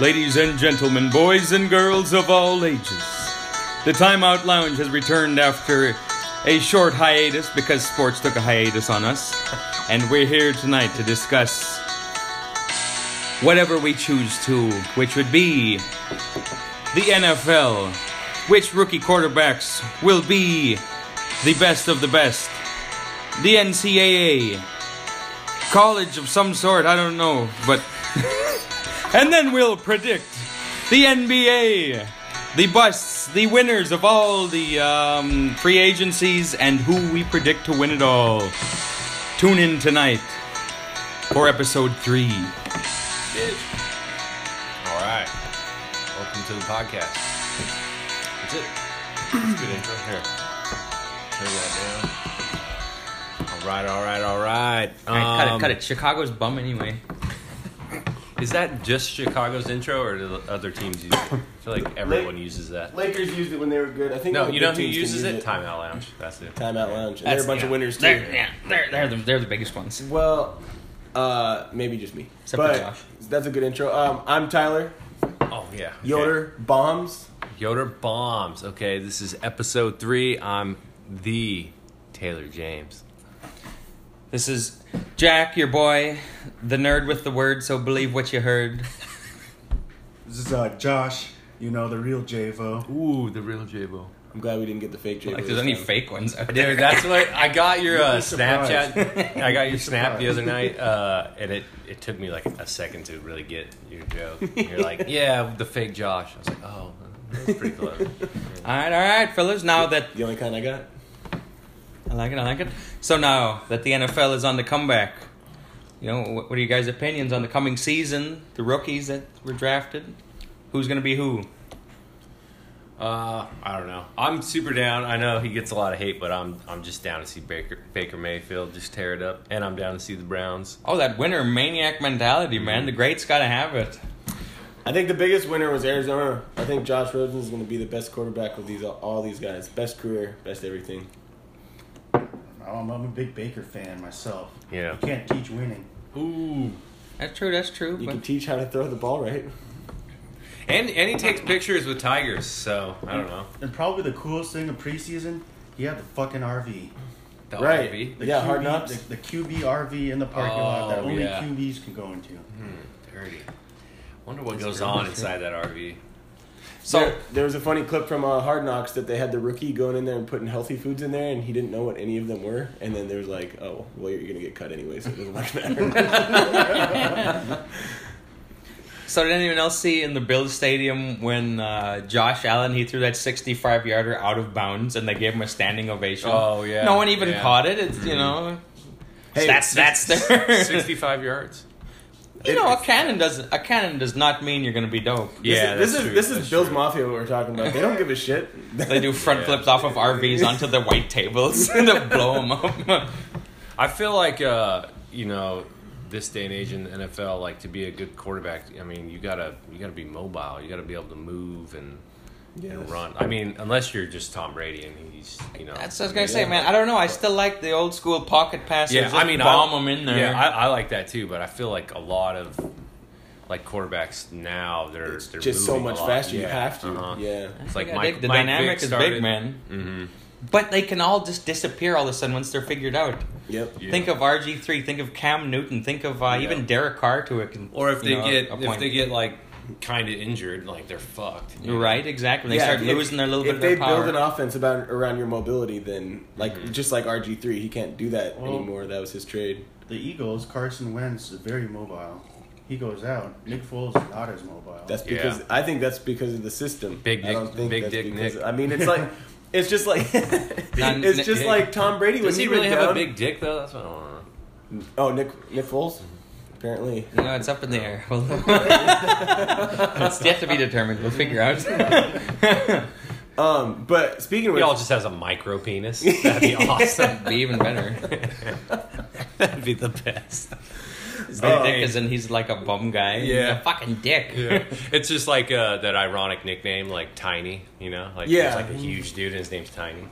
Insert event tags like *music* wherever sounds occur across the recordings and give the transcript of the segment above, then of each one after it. Ladies and gentlemen, boys and girls of all ages, the Timeout Lounge has returned after a short hiatus because sports took a hiatus on us, and we're here tonight to discuss whatever we choose to, which would be the NFL, which rookie quarterbacks will be the best of the best, the NCAA, college of some sort, I don't know, but. and then we'll predict the NBA, the busts, the winners of all the um, free agencies, and who we predict to win it all. Tune in tonight for episode three. All right. Welcome to the podcast. That's it. That's a good intro. Here. Turn that down. All right, all right, all right. Alright, Um, cut it, cut it. Chicago's bum anyway. Is that just Chicago's intro, or do the other teams use it? I feel like everyone uses that. Lakers used it when they were good. I think No, the you big know who teams can uses use it? Timeout Lounge. That's it. Timeout Lounge. And they're a bunch yeah. of winners too. They're, yeah, they're, they're, the, they're the biggest ones. Well, uh, maybe just me. Except for but Josh. that's a good intro. Um, I'm Tyler Oh yeah. okay. Yoder Bombs. Yoder bombs. Okay, this is episode three. I'm the Taylor James. This is Jack, your boy, the nerd with the word, so believe what you heard. This is uh, Josh, you know, the real Oh, Javo. Ooh, the real Jabo. I'm glad we didn't get the fake J. Like, there's *laughs* any fake ones out there. Dude, *laughs* that's what I got your uh, be surprised. Snapchat. I got your snap the other *laughs* night, uh, and it, it took me like a second to really get your joke. You're like, yeah, the fake Josh. I was like, oh, that's pretty close. Alright, alright, fellas, now that. The only kind I got. I like it, I like it. So now that the NFL is on the comeback, you know, what, what are you guys' opinions on the coming season, the rookies that were drafted? Who's going to be who? Uh, I don't know. I'm super down. I know he gets a lot of hate, but I'm I'm just down to see Baker Baker Mayfield just tear it up, and I'm down to see the Browns. Oh, that winner maniac mentality, man. The greats got to have it. I think the biggest winner was Arizona. I think Josh Rosen is going to be the best quarterback of these all these guys. Best career, best everything. I'm, I'm a big Baker fan myself. Yeah. You can't teach winning. Ooh. That's true, that's true. You but- can teach how to throw the ball right. And and he takes pictures with tigers, so I don't know. And probably the coolest thing of preseason, he had the fucking RV. The Right. RV. The Yeah, QB, hard knocks. The, the QB RV in the parking lot that Oh, only yeah. QBs can go into. Dirty. Wonder what goes on inside that RV. so, there, there was a funny clip from uh, Hard Knocks that they had the rookie going in there and putting healthy foods in there, and he didn't know what any of them were. And then there was like, oh, well, you're gonna get cut anyway, so it doesn't much matter. So did anyone else see in the Bills Stadium when uh, Josh Allen he threw that sixty-five yarder out of bounds and they gave him a standing ovation? Oh, yeah. no one even Yeah. Mm-hmm. caught it. It's you know, Hey, that's that's *laughs* their. 65 yards. you know, a cannon doesn't a cannon does not mean you're gonna be dope. *laughs* Yeah, this, that's is true, this is that's Bills true. Mafia what we're talking about. They don't give a shit. They do front *laughs* Yeah. flips off of RVs onto the white tables *laughs* to blow them *laughs* up. I feel like uh, you know this day and age in the NFL, like to be a good quarterback, I mean you gotta you gotta be mobile. You gotta be able to move and, and Yes. run. I mean, unless you're just Tom Brady and he's you know. That's what I was gonna say, man. I don't know. I still like the old school pocket passes. yeah, Just I mean, bomb I, them in there. Yeah, I, I like that too, but I feel like a lot of like quarterbacks now they're they're Just so moving a much lot. faster. You Yeah, have to. uh-huh. Yeah. It's like Yeah, Mike, they- the Mike Vick dynamic is started- Mm-hmm. big, man. But they can all just disappear all of a sudden once they're figured out. Yep. Yeah. Think of RG three. Think of Cam Newton. Think of uh, even Derek Carr to a con- Or if you they know, get a if point. they get like kind of injured, like they're fucked. You're right exactly they Yeah, start if- losing their little bit If of they their power. build an offense about around your mobility, then like Mm-hmm. just like RG three, he can't do that Well- anymore. That was his trade. The Eagles, Carson Wentz is very mobile. He goes out. Nick Foles is not as mobile. That's Yeah. because I think that's because of the system. Big I Nick- don't think Big that's Dick because- Nick. I mean, it's like it's just like *laughs* it's just Nick. like Tom Brady. when Does he went really have a down- big dick though? That's what I want to know. Oh, Nick Nick Foles. Apparently, you know, it's up in the air. *laughs* Well, it's yet to be determined. We'll figure *laughs* out. um, but speaking He of which, all just has a micro *laughs* penis. That'd be awesome. be even better. *laughs* That'd be the best. His Oh. dick is in. He's like a bum guy. Yeah. he's a fucking dick. Yeah. It's just like uh, that ironic nickname, like Tiny. You know, like Yeah. he's like a huge dude, and his name's Tiny.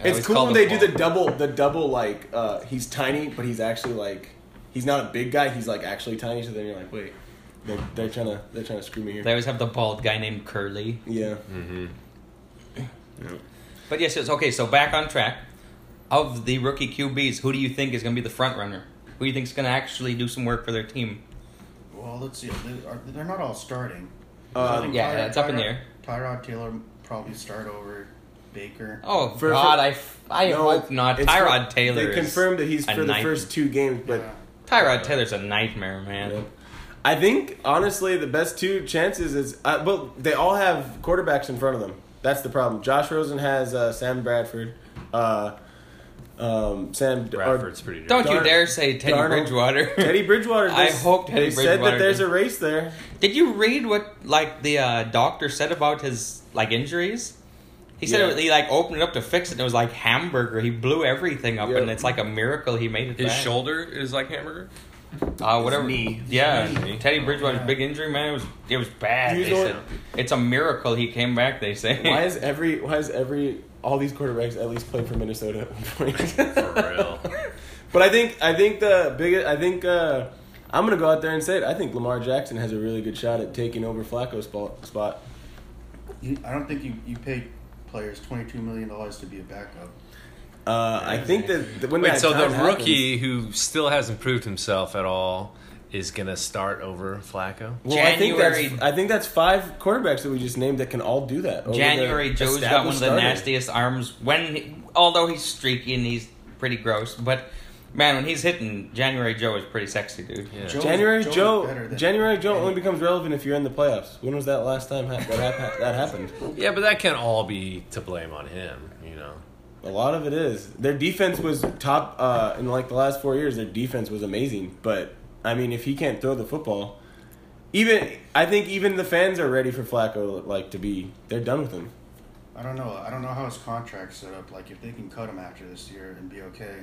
I It's always call cool when them they do the bum. double, the double like uh, he's tiny, but he's actually like he's not a big guy. He's like actually tiny. So then you're like, wait, They're, they're trying to they're trying to screw me here. They always have the bald guy named Curly. yeah. But yes, yes. Okay, so back on track. Of the rookie QBs, who do you think is going to be the front runner? Who do you think is going to actually do some work for their team? Well, let's see. They are, they're not all starting. Uh, I think yeah, it's up in the Tyrod- air. Tyrod Taylor probably start over Baker. Oh For- God, for- I f- I No, hope not. it's for- Tyrod Taylor. They is confirmed that he's a for the night- first two games, but Yeah. Tyrod Taylor's a nightmare, man. Yeah. I think honestly the best two chances is uh, well they all have quarterbacks in front of them. That's the problem. Josh Rosen has uh, Sam Bradford, uh, um, Sam or- Bradford's pretty Don't you Darn- dare say Teddy Darnold. Bridgewater. *laughs* Teddy Bridgewater. I there's- hope Teddy they said Bridgewater that there's did. a race there. *laughs* Did you read what like the uh, doctor said about his like injuries? He said Yeah. it was- he like opened it up to fix it. and It was like hamburger. He blew everything up, Yeah. and it's like a miracle he made it. His back. shoulder is like hamburger. uh, whatever. knee. Yeah, His knee. Teddy Bridgewater's Yeah. big injury, man. It was it was bad. You They know- said. It's a miracle he came back. They say. Why is every why is every all these quarterbacks at least played for Minnesota? at one point? *laughs* For real. but I think I think the biggest I think uh, I'm gonna go out there and say it. I think Lamar Jackson has a really good shot at taking over Flacco's spot. spot. You- I don't think you, you pay players $22 million to be a backup. Uh, I think that that when Wait, that so the time happens- rookie who still hasn't proved himself at all is gonna start over Flacco. Well, I January- think that's I think that's five quarterbacks that we just named that can all do that. over the *laughs* January Joe's got one of established the starter. nastiest arms. When, he- although he's streaky and he's pretty gross, but man, when he's hitting, January Joe is pretty sexy, dude. Yeah. Joe- January Joe's better Joe than- January Joe only becomes relevant if you're in the playoffs. When was that last time ha- that hap- *laughs* that happened? Yeah, but that can't all be to blame on him, you know. A lot of it is their defense was top uh, in like the last four years. Their defense was amazing, but I mean, if he can't throw the football, even I think even the fans are ready for Flacco. Like to be, they're done with him. I don't know. I don't know how his contract's set up. Like, if they can cut him after this year and be okay,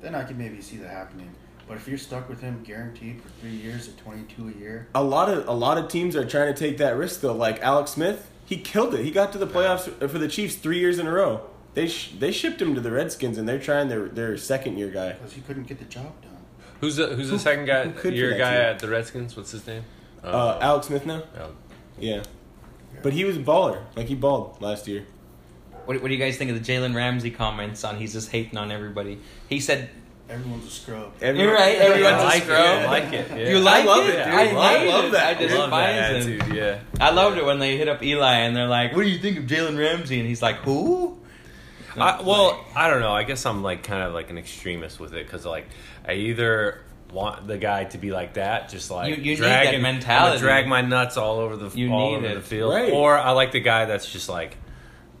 then I can maybe see that happening. But if you're stuck with him guaranteed for three years at 22 a year, a lot of a lot of teams are trying to take that risk though. Like Alex Smith, he killed it. He got to the playoffs for the Chiefs three years in a row. They sh- they shipped him to the Redskins, and they're trying their their second year guy. because he couldn't get the job done. Who's the who's the second guy could be your that guy team? at the Redskins? What's his name? Uh, Alex Smith now, oh. yeah, but he was a baller. Like he balled last year. What, what do you guys think of the Jalen Ramsey comments on he's just hating on everybody? He said, Everyone's a scrub. Every- "You're right, oh. I everyone's like a it. scrub." I like it. yeah. You like I love it? it, dude. I, I hate love it. that. I I I despise love that him. attitude, yeah. I loved it when they hit up Eli and they're like, "What do you think of Jalen Ramsey?" And he's like, "Who?" I, well, I don't know. I guess I'm like kind of like an extremist with it because like I either want the guy to be like that, just like You- you need dragging- that I'm gonna mentality. drag my nuts all over the You all need over it. the field, Right. or I like the guy that's just like,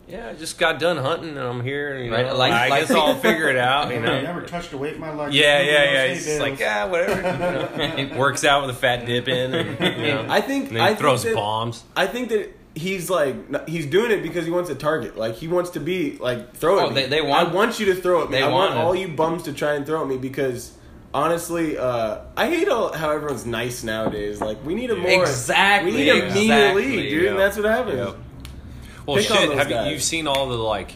yeah, I just got done hunting and I'm here. You Right, know, like- I like- guess *laughs* I'll figure it out. You I *laughs* know. never touched a weight in my life. Yeah, Nobody yeah, yeah. knows He's they just like, did. yeah, whatever. you *laughs* know. Works out with a fat dip in. And, you know, I think and then I he throws think that, bombs. I think that he's like n- he's doing it because he wants a target. Like he wants to be like throw at Oh, me. they- they want- I want you to throw at me. they I want want it. all you bums to try and throw at me because honestly, uh, I hate all, how everyone's nice nowadays. Like we need a more Exactly. We need a meaner Exactly, league, dude. yeah. And that's what happens. Yep. Well, Pick on shit. those Have you, guys. you've seen all the like,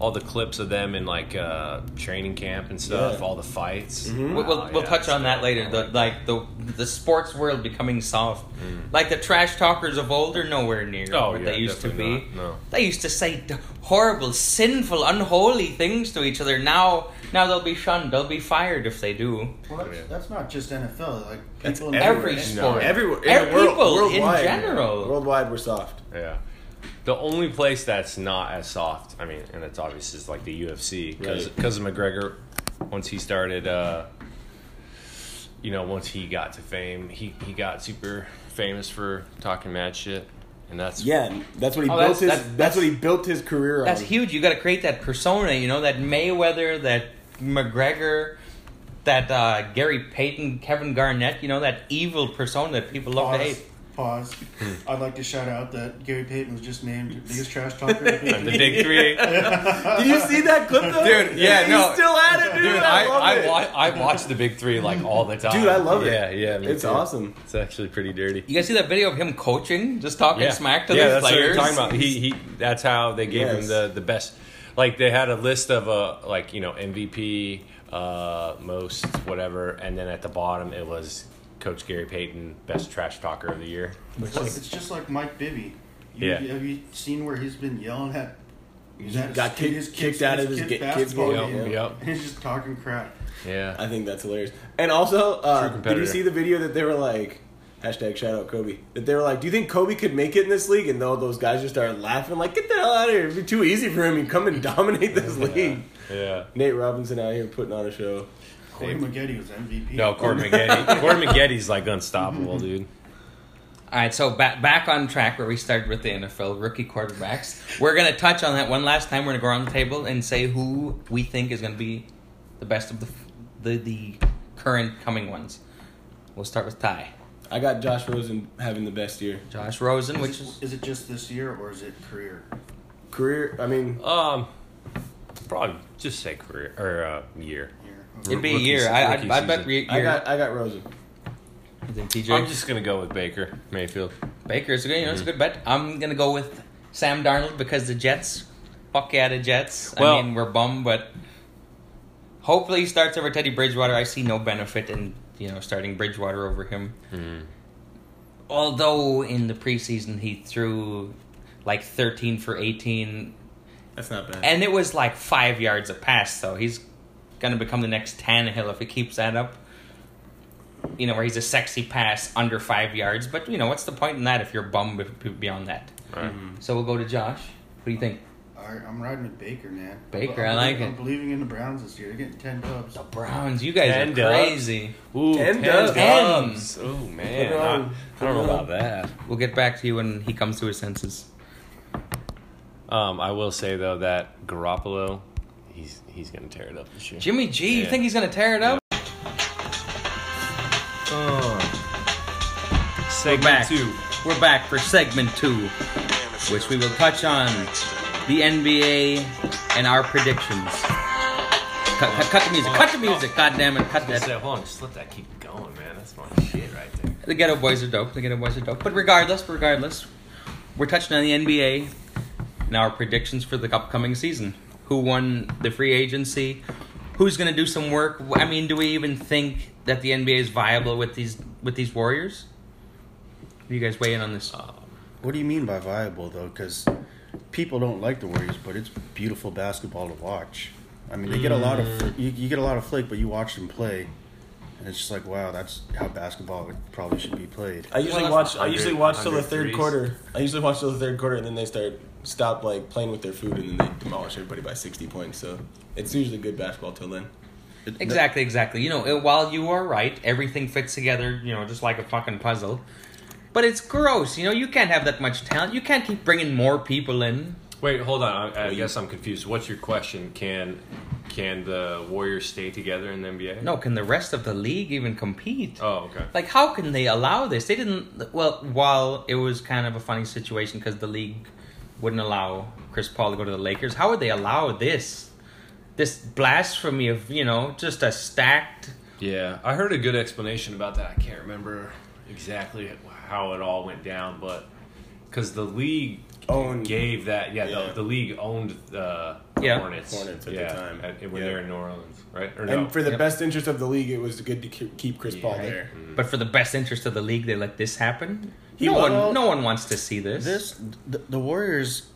all the clips of them in like uh, training camp and stuff. Yeah. Mm-hmm. All the fights. We'll, we'll, Wow, we'll yeah, touch on that so- later. The, like the the sports world becoming soft, Mm. like the trash talkers of old are nowhere near Oh, what yeah, they used to be. definitely not, no. They used to say d- horrible, sinful, unholy things to each other. Now, now they'll be shunned. They'll be fired if they do. Well, that's, that's not just NFL. Like people ah. That's in Every every No. sport, Everywhere, in Every the world, Er, people worldwide, in general. worldwide, we're soft. Yeah. The only place that's not as soft, I mean, and it's obvious, is like the UFC because Right. of McGregor. Once he started, uh, you know, once he got to fame, he, he got super famous for talking mad shit, and that's Yeah, that's what he Oh, built that's- his. that's- That's, what he built his career That's on. huge. You got to create that persona. You know that Mayweather, that McGregor. That uh, Gary Payton, Kevin Garnett, you know that evil persona that people love to pause. hate. Pause. I'd like to shout out that Gary Payton was just named biggest trash *laughs* talker. of the the league. big three. *laughs* Did you see that clip though, Dude, yeah, He's no. still at it, dude. Dude, I, I, love I, it. wa- I watch the big three like all the time. Dude, I love it. yeah, Yeah, yeah. It's awesome. It's actually pretty dirty. You guys see that video of him coaching, just talking smack to yeah, the that's players? What you're talking about. He, he, that's how they gave him Yes. the, the best. Like they had a list of uh, like you know MVP, uh, most whatever, and then at the bottom it was Coach Gary Payton, best trash talker of the year. It's, like, it's just like Mike Bibby. You, Yeah. Have you seen where he's been yelling at? he's He at his got kid- kicked- his kid's- kicked out of his kid's ga- kid's basketball game. game, Yep, And *laughs* he's just talking crap. Yeah. I think that's hilarious. And also, uh, did competitor. you see the video that they were like, hashtag shout out Kobe, that they were like, do you think Kobe could make it in this league? And though those guys just started laughing, like, get the hell out of here. It'd be too easy for him. He'd come and *laughs* dominate this league. Yeah. Nate Robinson out here putting on a show. Corey Maggette was MVP. No, Gordon *laughs* McGetty. Gordon McGetty's like unstoppable, dude. All right, so back back on track where we started with the NFL rookie quarterbacks. We're gonna touch on that one last time. We're gonna go around the table and say who we think is gonna be the best of the the, the current coming ones. We'll start with Ty, I got Josh Rosen having the best year. Josh Rosen, which Is is it, is it just this year or is it career? Career, I mean, Um, probably just say career or uh, year. Year. it'd be a Rookie year. se- I rookie I, I bet season. re- year. I got I got Rosen. You think TJ I'm just gonna go with Baker Mayfield. Baker is a good. You know, Mm. it's a good bet. I'm gonna go with Sam Darnold because the Jets. Fuck yeah, the Jets. I Well- mean, we're bummed, but hopefully he starts over Teddy Bridgewater. I see no benefit in you know starting Bridgewater over him. Mm. Although in the preseason he threw like 13 for 18, That's not bad. and it was like five yards a pass. So he's gonna become the next Tannehill if he keeps that up. You know, where he's a sexy pass under five yards, but you know what's the point in that if you're bummed b- beyond that? Right. So we'll go to Josh. What do you think? All right, I'm riding with Baker, man. Baker, I'm, I like I'm it. believing in the Browns this year. They're getting ten dubs. The Browns, you guys Ten are dubs. crazy. Ooh, Ten ten dubs. dubs. Oh man, Put it I, on. I don't know about that. We'll get back to you when he comes to his senses. Um, I will say though that Garoppolo, he's he's gonna tear it up this year. Jimmy G, you Yeah. think he's gonna tear it up? Segment We're back. two. We're back for segment two, which we will touch on the NBA and our predictions. Cut, cut, cut the music. Cut the music. God damn it. Cut That's that. it. Hold on, just let that keep going, man. That's my shit right there. The Ghetto Boys are dope. The Ghetto Boys are dope. But regardless, regardless, we're touching on the NBA and our predictions for the upcoming season. Who won the free agency? Who's going to do some work? I mean, do we even think that the NBA is viable with these with these Warriors? You guys weigh in on this. What do you mean by viable though? Because people don't like the Warriors, but it's beautiful basketball to watch. I mean, they get a lot of you, you get a lot of flake, but you watch them play, and it's just like wow, that's how basketball would, probably should be played. I usually Well, that's watch. I usually 100, watch till the third 100 threes. quarter. I usually watch till the third quarter, and then they start stop like playing with their food, and then they demolish everybody by sixty points. So it's usually good basketball till then. It- Exactly, exactly. You know, uh, while you are right, everything fits together, you know, just like a fucking puzzle. But it's gross. You know, you can't have that much talent. You can't keep bringing more people in. Wait, hold on. I, I guess I'm confused. What's your question? Can can the Warriors stay together in the NBA? No, can the rest of the league even compete? Oh, okay. Like, how can they allow this? They didn't. Well, while it was kind of a funny situation because the league wouldn't allow Chris Paul to go to the Lakers, how would they allow this? This blasphemy of you know just a stacked. Yeah, I heard a good explanation about that. I can't remember exactly how it all went down, but because the league Owned- gave that, yeah, Yeah. The, the league owned the Yeah. Hornets, Hornets at the yeah, time. at- when Yeah. they were in New Orleans, right? Or no? And for the Yep. best interest of the league, it was good to ke- keep Chris Paul right? there. But for the best interest of the league, they let this happen. He no won- one, no one wants to see this. This the, the Warriors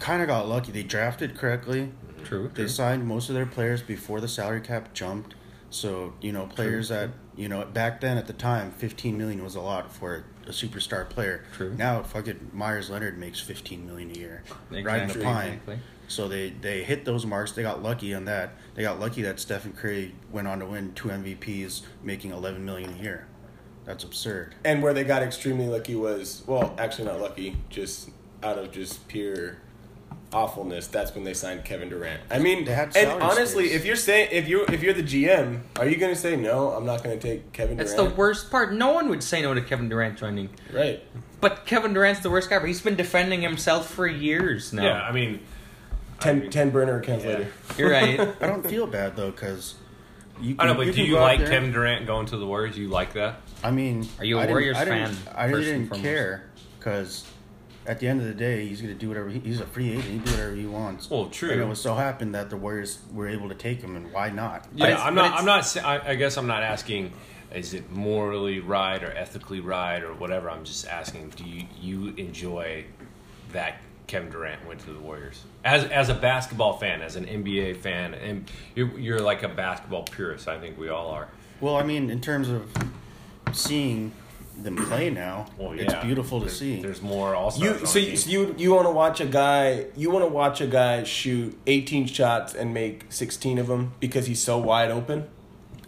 kind of got lucky. They drafted correctly. true. They signed most of their players before the salary cap jumped. So, you know, players that, you know, back then at the time, 15 million was a lot for a superstar player. True. Now, fucking Myers Leonard makes 15 million a year. Riding the Exactly, pine. exactly. So they, they hit those marks. They got lucky on that. They got lucky that Stephen Curry went on to win two MVPs, making 11 million a year. That's absurd. And where they got extremely lucky was well, actually not lucky, just out of just pure awfulness. That's when they signed Kevin Durant. I mean, They had and salary honestly, space. if you're saying if you if you're the GM, are you going to say no? I'm not going to take Kevin That's the Durant. worst part. No one would say no to Kevin Durant joining. right. But Kevin Durant's the worst guy. But he's been defending himself for years now. yeah, I mean, Ten, mean, ten burner accounts later. You're right. I don't feel bad, though, because you I don't know, can- but do can you go out like there- Kevin Durant going to the Warriors? You like that? I mean, Are you a a Warriors I didn't, fan, I really first and didn't foremost? care because at the end of the day, he's gonna do whatever he, he's a free agent. He can do whatever he wants. Well, true. And it was so happened that the Warriors were able to take him, and why not? But Yeah, it's- I'm but not. it's- I'm not. sa- I, I guess I'm not asking is it morally right or ethically right or whatever? I'm just asking. Do you you enjoy that Kevin Durant went to the Warriors as as a basketball fan, as an NBA fan, and you're, you're like a basketball purist. I think we all are. Well, I mean, in terms of seeing them play now, Well, it's yeah. beautiful to There's- see. There's more also. You so, you so you you want to watch a guy you want to watch a guy shoot 18 shots and make 16 of them because he's so wide open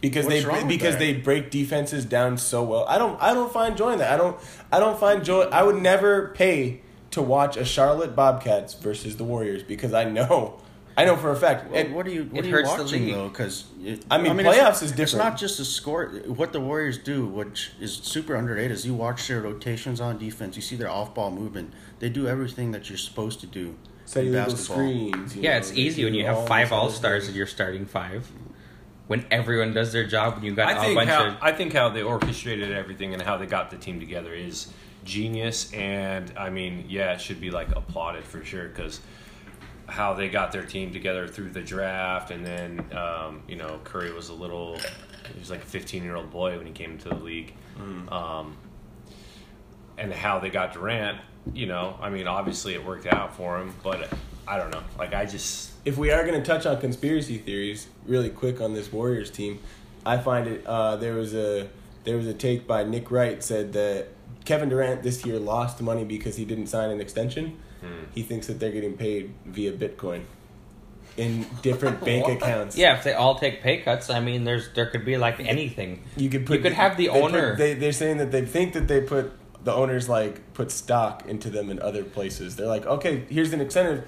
because What's wrong they with because that? they break defenses down so well. I don't I don't find joy in that. I don't I don't find joy. I would never pay to watch a Charlotte Bobcats versus the Warriors because I know I know for a fact. Well, and- what are you what it are you hurts the watching league. though? Because I mean, playoffs is It's different. not just the score. What the Warriors do, which is super underrated, is you watch their rotations on defense. You see their off-ball movement. They do everything that you're supposed to do. set in your little basketball. screens. you Yeah, know, it's they easy do when you have all five this other all stars stuff. in your starting five. When everyone does their job, and you got I a think bunch how of I think how they orchestrated everything and how they got the team together is genius. And I mean, yeah, it should be like applauded for sure because how they got their team together through the draft, and then um, you know Curry was a little, he was like a 15 year old boy when he came into the league, Mm-hmm. um, and how they got Durant. You know, I mean, obviously it worked out for him, but I don't know. Like I just if we are going to touch on conspiracy theories really quick on this Warriors team, I find it uh, there was a there was a take by Nick Wright said that Kevin Durant this year lost money because he didn't sign an extension. Hmm. He thinks that they're getting paid via Bitcoin in *laughs* different bank accounts. Yeah, if they all take pay cuts, I mean, there's there could be like anything. you could put could have the they put- owner- they they're saying that they think that they put the owners like put stock into them in other places. They're like, okay, here's an incentive.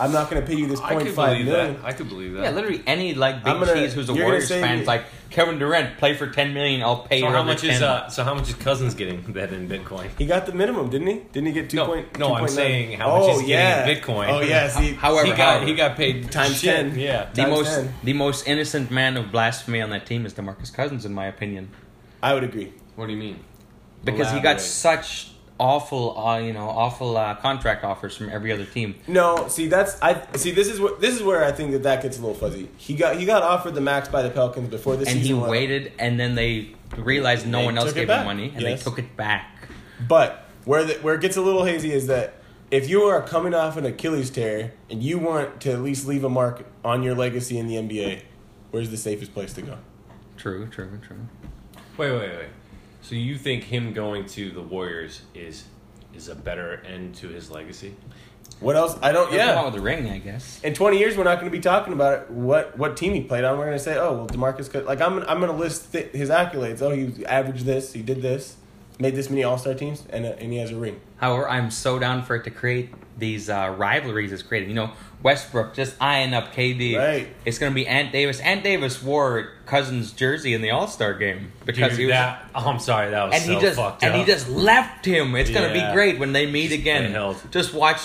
I'm not going to pay you this I point could five believe million. that. I could believe that. Yeah, literally any like big I'm gonna- cheese who's a you're gonna Warriors say- fan's like Kevin Durant play for ten million, I'll pay So you how over much is 10. uh, so how much is Cousins getting *laughs* that in Bitcoin? He got the minimum, didn't he? Didn't he get two No, point? no, 2.9? I'm saying how much he's getting in Bitcoin. Oh yeah, see, However, he got however, he got paid Times shit, 10. Yeah, the times most 10. the most innocent man of blasphemy on that team is DeMarcus Cousins, in my opinion, I would agree. What do you mean? because he Elaborate. got such awful, uh, you know, awful uh, contract offers from every other team. No, see that's I see this is what this is where I think that that gets a little fuzzy. He got he got offered the max by the Pelicans before the and he season went up. waited, and then they realized no They one else took it gave back, him money, and yes. they took it back. But where the, where it gets a little hazy is that if you are coming off an Achilles tear and you want to at least leave a mark on your legacy in the NBA, where's the safest place to go? True, true, true. Wait, wait, wait. So you think him going to the Warriors is is a better end to his legacy? What else? I don't. Come out Yeah. with a ring, I guess. in 20 years we're not going to be talking about it, what what team he played on. We're going to say, oh, well, Demarcus. Could, like I'm I'm going to list th- his accolades. Oh, he averaged this. He did this. Made this many All Star teams, and uh, and he has a ring. However, I'm so down for it to create these uh, rivalries it's creating. You know, Westbrook just eyeing up KD. Right. It's going to be Ant Davis. Ant Davis wore Cousins' jersey in the All Star game because Dude, he was. that oh, I'm sorry, that was and so he just fucked and up. he just left him. It's gonna Yeah. be great when they meet He's again. held. Just watch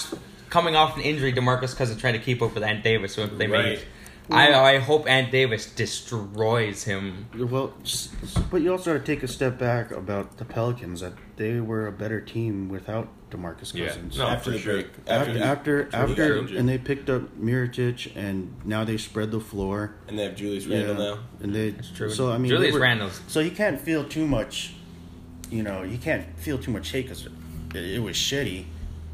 coming off an injury, Demarcus Cousins trying to keep up with Ant Davis when they Right. meet. I, I hope Ant Davis destroys him. Well, s- but you also got to take a step back about the Pelicans that they were a better team without DeMarcus Yeah. Cousins. No, after for the sure. break, Oh, After the- after, when he got after injured. and they picked up Miritich, and now they spread the floor. and they have Julius Randle now. And they, true. So I mean, Julius they were- Randle's- So you can't feel too much. You know, you can't feel too much hate because it, it was shitty,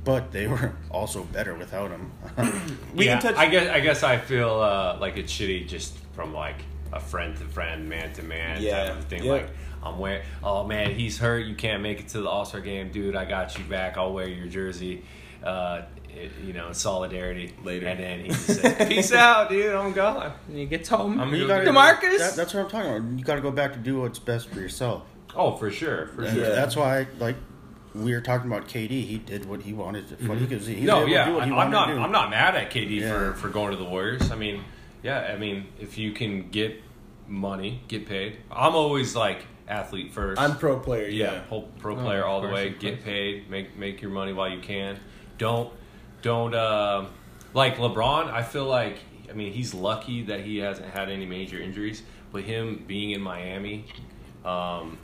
but they were *laughs* also better without him. *laughs* We yeah, can touch. I guess I guess I feel uh, like it's shitty just from like a friend to friend, man to man Yeah, type of thing. yeah. Like I'm wearing, oh man, he's hurt. You can't make it to the All Star game, dude. I got you back. I'll wear your jersey. Uh, it- you know, in solidarity. Later. and then he just said, "Peace out, dude. I'm gone." And he gets home. I'm You gonna gotta- go- DeMarcus? that- that's what I'm talking about. You got to go back to do what's best for yourself. Oh, for sure, for And sure. Yeah. That's why, like, we were talking about KD. He did what he wanted. To, what he could. He was Mm-hmm. No, able to yeah, do what he I- I'm wanted not. to do. I'm not mad at KD Yeah. for for going to the Warriors. I mean, yeah, I mean, if you can get money, get paid. I'm always like athlete first. I'm pro player. yeah, Yeah. pro, pro No, player all the Oh, of course, way. of Get course. paid. Make make your money while you can. Don't don't um like LeBron. I feel like I mean he's lucky that he hasn't had any major injuries. But him being in Miami, um,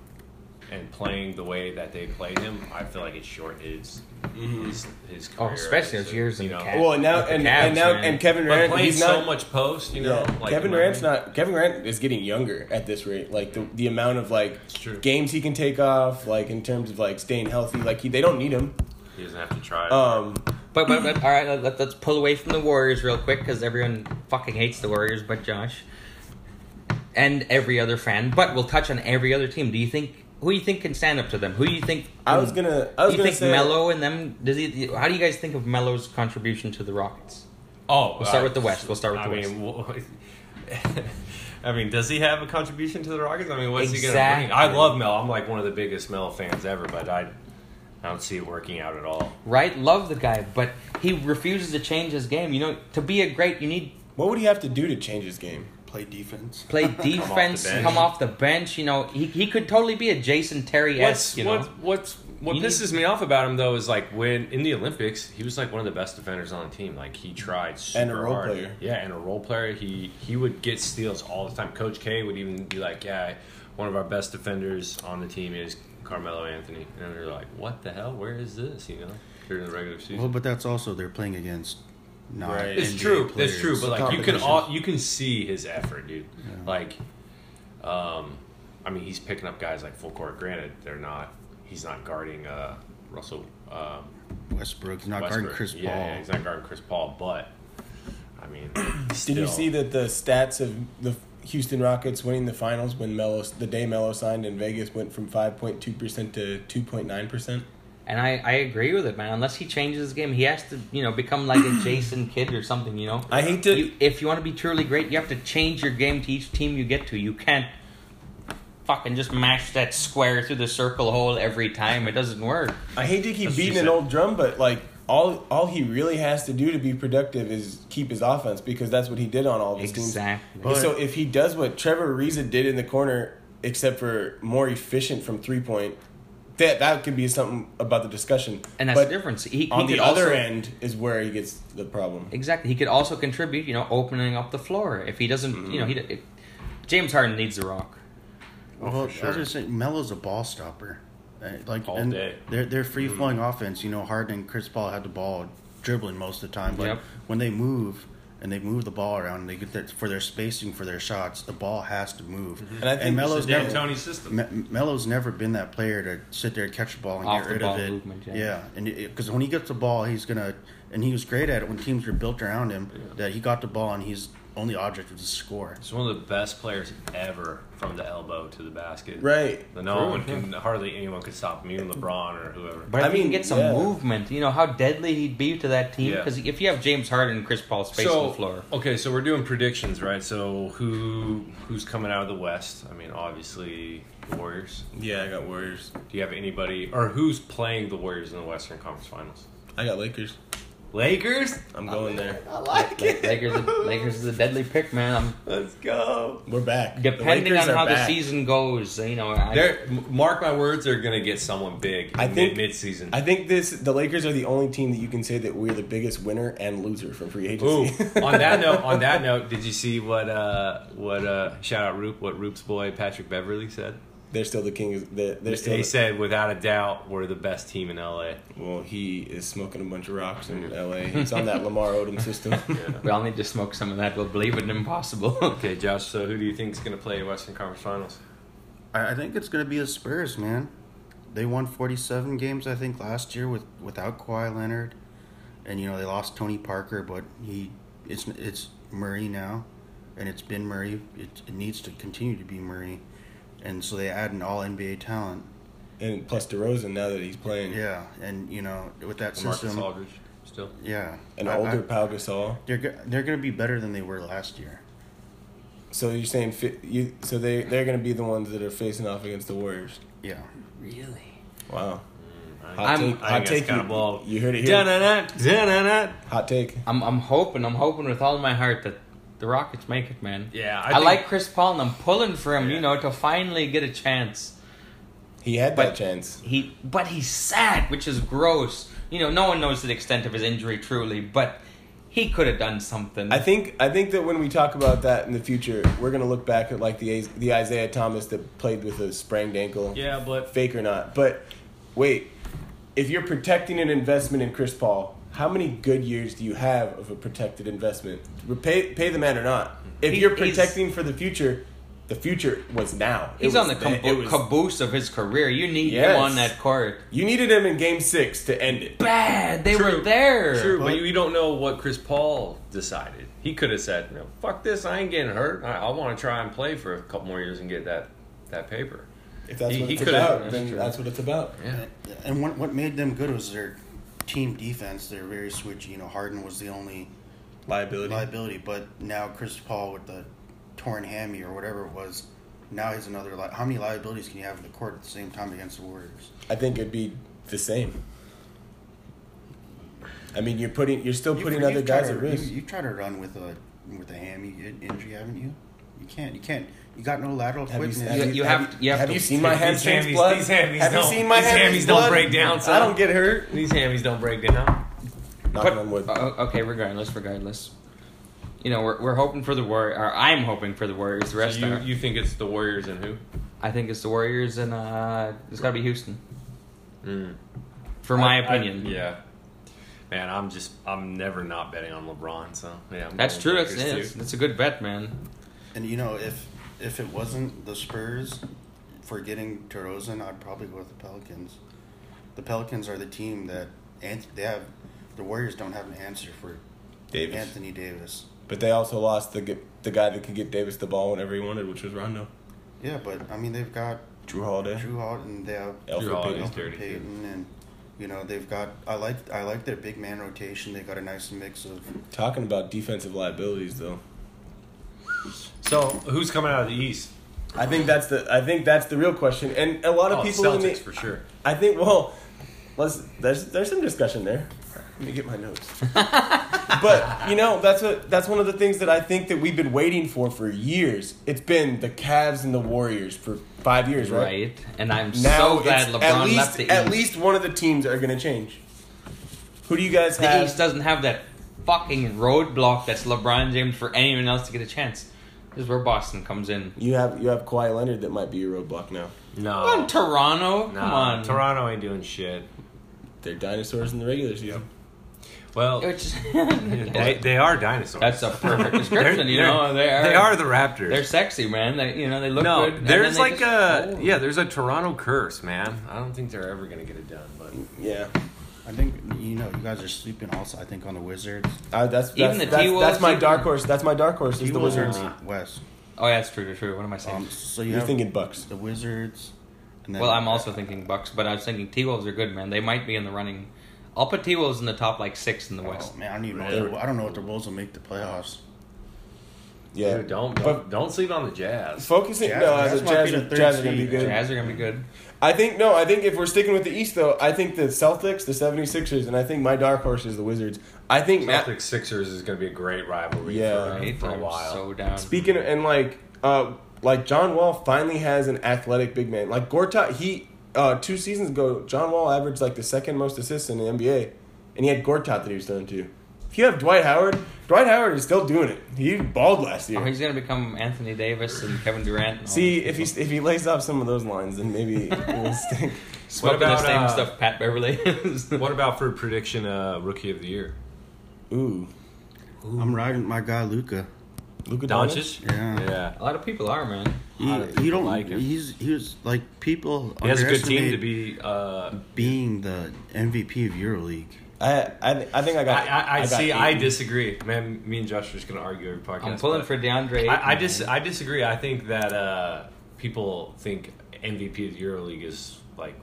and playing the way that they played him, I feel like it shorted his Mm-hmm. his, his Oh, career. especially those So, years in you the know. Cavs. Well, and now With the and, Cavs, and now man. and Kevin But Durant, playing he's so not. much post, you know. yeah, Like, Kevin am I Durant's right? not. Kevin Durant is getting younger at this rate. Like the the amount of like true. games he can take off, like in terms of like staying healthy. Like he, they don't need him. He doesn't have to try. Um, But, but, but all right, let, let, let's pull away from the Warriors real quick because everyone fucking hates the Warriors, but Josh and every other fan. But we'll touch on every other team. Do you think who do you think can stand up to them? Who do you think? I was gonna. I Do was Mm. you gonna think say Melo and them? Does he? How do you guys think of Melo's contribution to the Rockets? oh, We'll start with the West. We'll start with I the mean, well, *laughs* I mean, does he have a contribution to the Rockets? I mean, what's he Exactly. gonna bring? I love Mel. I'm like one of the biggest Mel fans ever, but I, I don't see it working out at all. Right, love the guy, but he refuses to change his game. You know, to be a great, you need What would he have to do to change his game? Play defense. play defense, come off, bench. the bench. You know, he, he could totally be a Jason Terry What's esque. You know, what what's what You need- pisses me off about him though is like when in the Olympics he was like one of the best defenders on the team. Like he tried super And a role hard. player. Yeah, and a role player. He he would get steals all the time. Coach K would even be like, "Yeah, one of our best defenders on the team is Carmelo Anthony," and they're like, "What the hell? Where is this?" You know, during the regular season. Well, but that's also they're playing against. Not Right. It's NBA true. Players. That's true. But like you can Competition. all you can see his effort, dude. Like, um, I mean, he's picking up guys like full court. Granted, they're not. He's not guarding uh, Russell um, Westbrook's not guarding Westbrook. Chris yeah, Paul. Yeah, he's not guarding Chris Paul. But I mean, *clears throat* Did you see that the stats of the Houston Rockets winning the finals when Melo, the day Melo signed in Vegas, went from five point two percent to two point nine percent? And I, I agree with it, man. Unless he changes his game, he has to, you know, become like a Jason Kidd or something, you know? I hate to. You, if you want to be truly great, you have to change your game to each team you get to. You can't fucking just mash that square through the circle hole every time. It doesn't work. I hate to keep That's what beating she an said. old drum, but like all all he really has to do to be productive is keep his offense because that's what he did on all of his Exactly. teams. So if he does what Trevor Ariza did in the corner, except for more efficient from three point, that that could be something about the discussion. And that's But the difference. He, he On could the other also- end is where he gets the problem. Exactly. He could also contribute, you know, opening up the floor. If he doesn't, you know, he d- it, James Harden needs the rock. well, I sure. was gonna say Melo's a ball stopper. Uh, Like All and day. Their their Mm-hmm. free flowing offense. You know, Harden and Chris Paul had the ball dribbling most of the time, but Yep. when they move. And they move the ball around. And they get that for their spacing for their shots. The ball has to move. Mm-hmm. And I think we Melo's damn never- Tony system. Me- Melo's never been that player to sit there and catch the ball and Off get the rid ball of it. movement, yeah. yeah. and because when he gets the ball, he's gonna. And he was great at it when teams were built around him. That he got the ball and his only object was to score. He's one of the best players ever from the elbow to the basket. Right. No one can hardly anyone could stop me and LeBron or whoever. But if I he can mean, get some yeah. movement, you know how deadly he'd be to that team. Yeah. Because if you have James Harden and Chris Paul space on the floor, Okay, so we're doing predictions, right? So who who's coming out of the West? I mean, obviously the Warriors. Yeah, I got Warriors. Do you have anybody or who's playing the Warriors in the Western Conference Finals? I got Lakers. Lakers. I'm going there. Lakers, Lakers is a deadly pick, man. I'm, Let's go. We're back. The depending on Lakers are how the back. season goes, you know, I, They're, m- mark my words, they're gonna get someone big. I mid, think- mid-season. I think this the Lakers are the only team that you can say that we're the biggest winner and loser from free Ooh, agency. *laughs* on that note, on that note, did you see what uh what uh shout out Roop, what Roop's boy Patrick Beverly said? they're still the king. Of, they're, they're still. He said, without a doubt, we're the best team in LA. well, he is smoking a bunch of rocks in L.A. He's on that Lamar Odom system. we all need to smoke some of that. We'll believe it impossible. Okay, Josh. So who do you think is gonna play Western Conference Finals? I, I think it's gonna be the Spurs, man. They won forty seven games, I think, last year with without Kawhi Leonard, and you know they lost Tony Parker, but he it's it's Murray now, and it's been Murray. It, it needs to continue to be Murray, and so they add an All NBA talent. and plus DeRozan now that he's playing. Yeah, and you know with that Marcus system, Aldridge still. yeah, An I- I- older Pau Gasol. they're go- they're gonna be better than they were last year. So you're saying fi- you? So they they're going to be the ones that are facing off against the Warriors. Yeah, really? Wow. I'm- Hot take. I Hot think it's take. kind of blow. You, you heard it here. Da-na-na, da-na-na. Hot take. I'm, I'm hoping, I'm hoping with all my heart that the Rockets make it, man. Yeah, I I, think- like Chris Paul, and I'm pulling for him, Yeah. you know, to finally get a chance. He had But- that chance. He, but he's sad, which is gross. You know, no one knows the extent of his injury truly, but He could have done something. I think I think that when we talk about that in the future, we're gonna look back at like the Is- the Isaiah Thomas that played with a sprained ankle, Yeah, but fake or not. But wait, if you're protecting an investment in Chris Paul, how many good years do you have of a protected investment? Repay pay the man or not. If He- you're he's- protecting for the future, the future was now. It He's was on the then. cabo- It was- caboose of his career. You need Yes. him on that court. You needed him in Game Six to end it. Bad. They True. were there. True, but we don't know what Chris Paul decided. He could have said, "No, "Fuck this! I ain't getting hurt. I, I want to try and play for a couple more years and get that that paper." If that's He- what he it's could've- about, that's then true. that's what it's about. Yeah, And what what made them good was their team defense. They're very switchy. You know, Harden was the only Liability. liability, but now Chris Paul with the torn hammy or whatever it was, now he's another. Li- how many liabilities can you have in the court at the same time against the Warriors? I think it'd be the same. I mean, you're putting, you're still putting You've- other you've guys tried at to- risk. You, you tried to run with a with a hammy in- injury, haven't you? You can't. You can't. You got no lateral Have you, quickness. have you have to- you have to- you seen my These hamstrings hammies- blood? these hammies have you don't- seen my these hamstrings hammies don't blood? break down, son. I don't get hurt. these hammies don't break down. Knocking on wood. Uh, o- okay, regardless, regardless. You know, we're, we're hoping for the Warriors. Or I'm hoping for the Warriors. The So rest you are. you think it's the Warriors and who? I think it's the Warriors, and uh, it's got to be Houston, Hmm. Mm. for my I- I- opinion. yeah. Man, I'm just I'm never not betting on LeBron. So yeah, I'm That's true. going That's, Lakers, yeah, that's, too. that's a good bet, man. And you know, if if it wasn't the Spurs for getting DeRozan, I'd probably go with the Pelicans. The Pelicans are the team that and they have. The Warriors don't have an answer for Davis. Anthony Davis. But they also lost the g- the guy that could get Davis the ball whenever he wanted, which was Rondo. Yeah, but I mean, they've got Drew Holiday. Drew Houghton, they have Alfred Drew Holiday. Payton. He's dirty, too. Payton, and you know they've got. I like I like their big man rotation. They got a nice mix of. Talking about defensive liabilities, though, So who's coming out of the East? I think that's the I think that's the real question. And a lot of Oh, people Celtics in the for sure. I think well, let's there's there's some discussion there. Let me get my *laughs* notes. but you know that's what that's one of the things that I think that we've been waiting for for years. It's been the Cavs and the Warriors for five years, right? Right. And I'm Now so glad it's- LeBron at least left the East. at least one of the teams are going to change. Who do you guys the have? East doesn't have that fucking roadblock that's LeBron James for anyone else to get a chance. This is where Boston comes in. you have you have Kawhi Leonard that might be a roadblock now. No, Come on, Toronto. Oh. Nah, Come on. Toronto ain't doing shit. They're dinosaurs in the regular season. Well, *laughs* Which- they, they are dinosaurs. that's a perfect description, you *laughs* They're- know. They are, They are the Raptors. *laughs* They're sexy, man. They, you know, they look no, good. and there's then they like just- a oh. yeah, there's a Toronto curse, man. I don't think they're ever gonna get it done. But Yeah, I think you know you guys are sleeping also. I think on the Wizards. I, that's Even that's, the that's, T-Wolves, that's my even- dark horse. That's my dark horse. Is the You Wizards. are West. Oh, yeah, that's true, true. What am I saying? Um, so you You're have thinking Bucks. the Wizards. And then well, I'm also thinking Bucks, but I was thinking T Wolves are good, man. They might be in the running. I'll put T Wolves in the top like six in the West. Oh, man, I don't even know. If the, I don't know if the Wolves will make the playoffs. Yeah, dude, don't But- don't, don't sleep on the Jazz. Focusing, Jazz- no, Jazz the might Jazz, be the are- third Jazz are gonna be seed. good. Jazz are gonna be good. I think no, I think if we're sticking with the East though, I think the Celtics, the 76ers, and I think my dark horse is the Wizards. I think Matt. Celtics Sixers is gonna be a great rivalry. Yeah. for, Right? Uh, for a I'm while. so down. Speaking of, and like, uh, like John Wall finally has an athletic big man. Like Gortat, he uh, two seasons ago, John Wall averaged like the second most assists in the NBA, and he had Gortat that he was throwing to. If you have Dwight Howard, Dwight Howard is still doing it. He balled last year. Oh, he's gonna become Anthony Davis and Kevin Durant. And all See those if he people. if he lays off some of those lines, then maybe *laughs* it'll stick. smoking What about, the same uh, stuff Pat Beverly. what about for prediction uh, rookie of the year? Ooh, I'm riding my guy Luca. Luka Doncic. Doncic? Yeah. Yeah. A lot of people are man. He, lot of people you don't like like him. He's he was like people. He has a good team underestimate to be uh, being the MVP of EuroLeague. I I I think I got. I, I, I got see. I Aiden. disagree. Man, me and Josh are just gonna argue every podcast. I'm pulling but for DeAndre. I, I Ayton, eh? dis- man. I disagree. I think that uh, people think MVP of the EuroLeague is like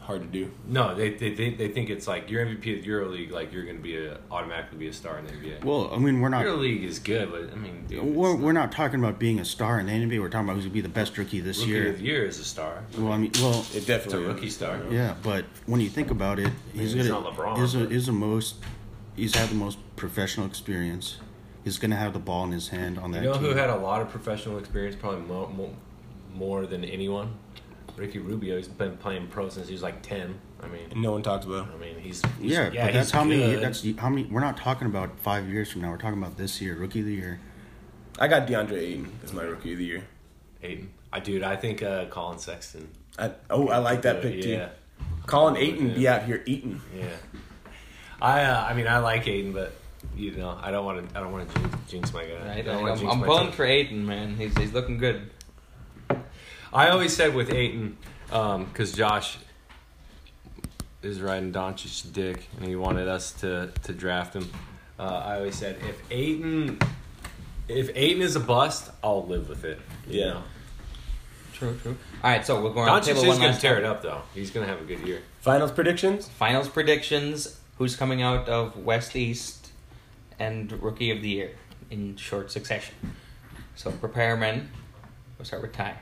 hard to do. no, they they, they they think it's like you're MVP of the EuroLeague, like you're gonna be a, automatically be a star in the NBA. Well, uh, I mean, we're not. EuroLeague is good, but I mean, dude, it's We're, not- we're not talking about being a star in the NBA. We're talking about who's gonna be the best rookie this rookie year. of the year is a star. Well, I mean, well, It It's a definitely rookie star. yeah, but when you think about it, he's it's gonna not LeBron, He's, a, but- he's the most. He's had the most professional experience. He's gonna have the ball in his hand on that You know team. who had a lot of professional experience, probably more, more, more than anyone? Ricky Rubio. He's been playing pro since he was like 10. I mean, And no one talks about him. I mean, he's, he's- Yeah, but that's he's how many. good. That's how many. We're not talking about five years from now. We're talking about this year, rookie of the year. I got DeAndre Ayton as my rookie of the year. Aiden. I dude, I think uh, Colin Sexton. I, oh, I like that Uh, pick yeah, too. Colin Ayton be out here eating. yeah. I uh, I mean, I like Aiden, but you know, I don't want to. I don't want to jinx my guy. I Right? don't wanna I'm, jinx I'm my pulling team. for Aiden, man. He's, he's looking good. I always said with Aiton, because Josh is riding Doncic's dick, and he wanted us to to draft him. Uh, I always said if Aiton, if Aiton is a bust, I'll live with it. you Yeah. know? True, true. All right, so we'll go around the Doncic table is one gonna last tear time. it up though. He's gonna have a good year. Finals predictions? Finals predictions. Who's coming out of West East and Rookie of the Year in short succession? So prepare, men. We'll start with Ty.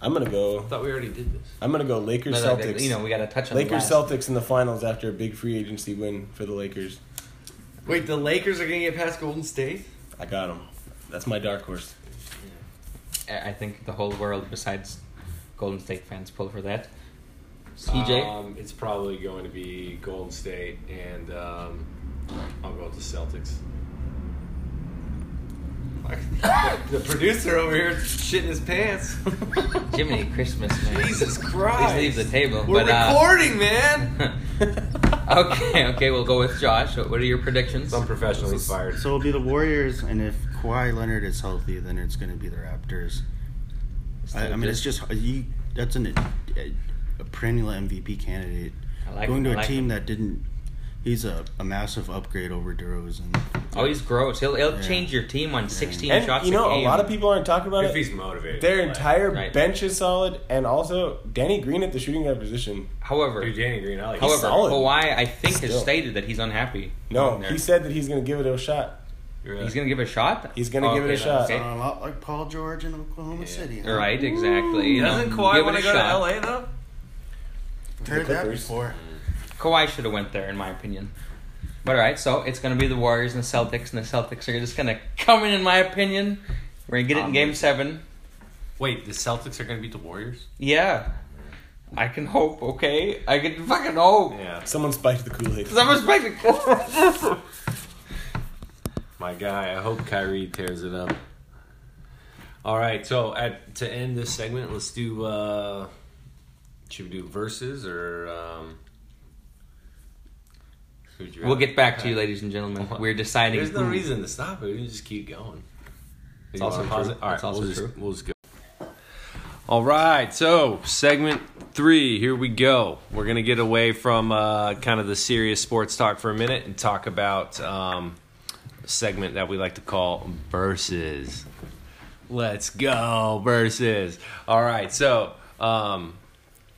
I'm gonna go. I thought we already did this. I'm gonna go Lakers No, no, Celtics. you know, we got to touch on the Lakers last. Celtics in the finals after a big free agency win for the Lakers. Wait, the Lakers are gonna get past Golden State? I got them. That's my dark horse. I I think the whole world, besides Golden State fans, pull for that. CJ. Um, it's probably going to be Golden State, and um, I'll go with the Celtics. the producer over here shitting his pants. Jiminy Christmas, *laughs* man. Jesus Please Christ! leave the table. We're but, uh, recording, man. *laughs* okay, okay, we'll go with Josh. What what are your predictions? I'm professionally fired. So it'll be the Warriors, and if Kawhi Leonard is healthy, then it's going to be the Raptors. I, I mean, it's just you. That's an, a, a perennial MVP candidate. I like Going him, to I a like team him. that didn't. He's a, a massive upgrade over DeRozan. Oh, he's gross. He'll, he'll Yeah. change your team on 16 And shots you know, a a game. lot of people aren't talking about If it. he's motivated, Their like- entire Right. bench is solid, and also Danny Green at the shooting guard position. However, Dude, Danny Green, I like. however, solid. Kawhi, I think, has Still. stated that he's unhappy. No, down there. he said that he's gonna give it a shot. You're He's right. going to give it a shot? He's gonna give it a okay, shot. okay. a lot like Paul George in Oklahoma City. huh? Right, exactly. you know, give it wanna a shot. though? Heard that Clippers. before. Kawhi should have went there, in my opinion. But all right, so it's going to be the Warriors and the Celtics, and the Celtics are just going to come in, in my opinion. We're going to get it in Game Seven. Wait, the Celtics are going to beat the Warriors? Yeah, I can hope. Okay, I can fucking hope. Yeah, Someone spiked the Kool Aid. Cause I'm expecting. My guy, I hope Kyrie tears it up. All right, so at to end this segment, let's do. uh Should we do verses or? um who'd you *laughs* we'll rather- get back to you, ladies and gentlemen. We're deciding. There's no who- reason to stop it. We just keep going. It's also true. All right, It's also we'll just, true. We'll just go. All right, so segment three. Here we go. We're gonna get away from uh, kind of the serious sports talk for a minute and talk about um, a segment that we like to call verses. Let's go verses. All right, so um,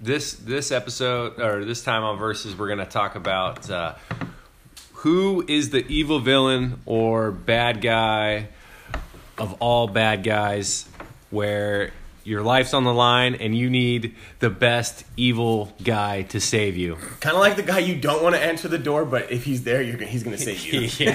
this this episode or this time on verses, we're gonna talk about. Uh, who is the evil villain or bad guy of all bad guys where your life's on the line and you need the best evil guy to save *laughs* you? Kind of like the guy you don't want to answer the door, but if he's there, you're, gonna- he's gonna save *laughs* you. oh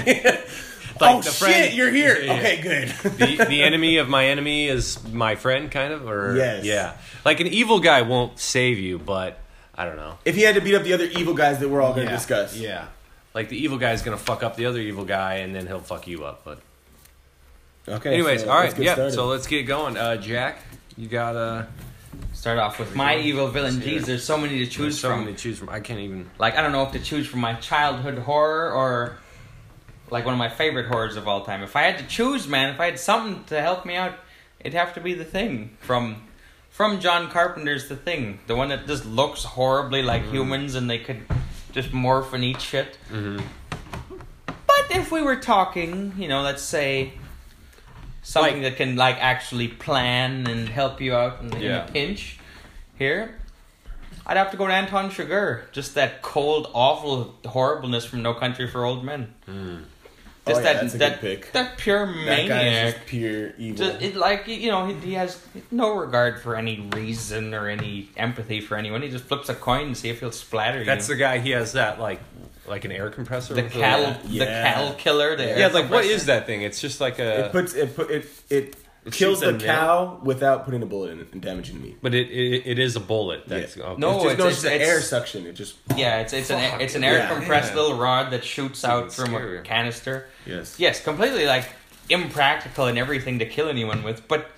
Like the shit, friend- you're here. Yeah, yeah. Okay, good. *laughs* the, the enemy of my enemy is my friend, kind of? Or, Yes. Yeah. Like an evil guy won't save you, but I don't know. if he had to beat up the other evil guys that we're all gonna Yeah, discuss, Yeah. Like the evil guy's going to fuck up the other evil guy and then he'll fuck you up. But, Okay. anyways, so all uh, let's right. get Yeah. started. So let's get going. Uh, Jack, you got Uh, Start off with my evil villain. Jeez, there's so many to choose There's so from. many to choose from. I can't even. Like I don't know if to choose from my childhood horror or like one of my favorite horrors of all time. If I had to choose, man, if I had something to help me out, it'd have to be The Thing from from John Carpenter's The Thing, the one that just looks horribly like humans and they could just morph and eat shit. But if we were talking, you know, let's say something that can like actually plan and help you out in, Yeah. in a pinch here. I'd have to go to Anton Chigurh. Just that cold, awful horribleness from No Country for Old Men. Oh, Just yeah, that, that's a good that, pick. that pure that guy is maniac. just pure evil. Just, it, like you know, he, he has no regard for any reason or any empathy for anyone. He just flips a coin and see if he'll splatter That's the you. guy. He has that like, like an air compressor. the cattle, the Yeah. cattle killer. The uh, Yeah, like what is that thing? It's just like a. it puts it put it it kills shoot the them, yeah. cow without putting a bullet in it and damaging the meat. But it, it it is a bullet. That's Yeah. okay. No, it's just, no, it's- it's, the it's- air suction. It just Yeah, it's it's an it's an air yeah. compressed Yeah. little rod that shoots out It's from a scary. canister. yes. Yes, completely like impractical and everything to kill anyone with, but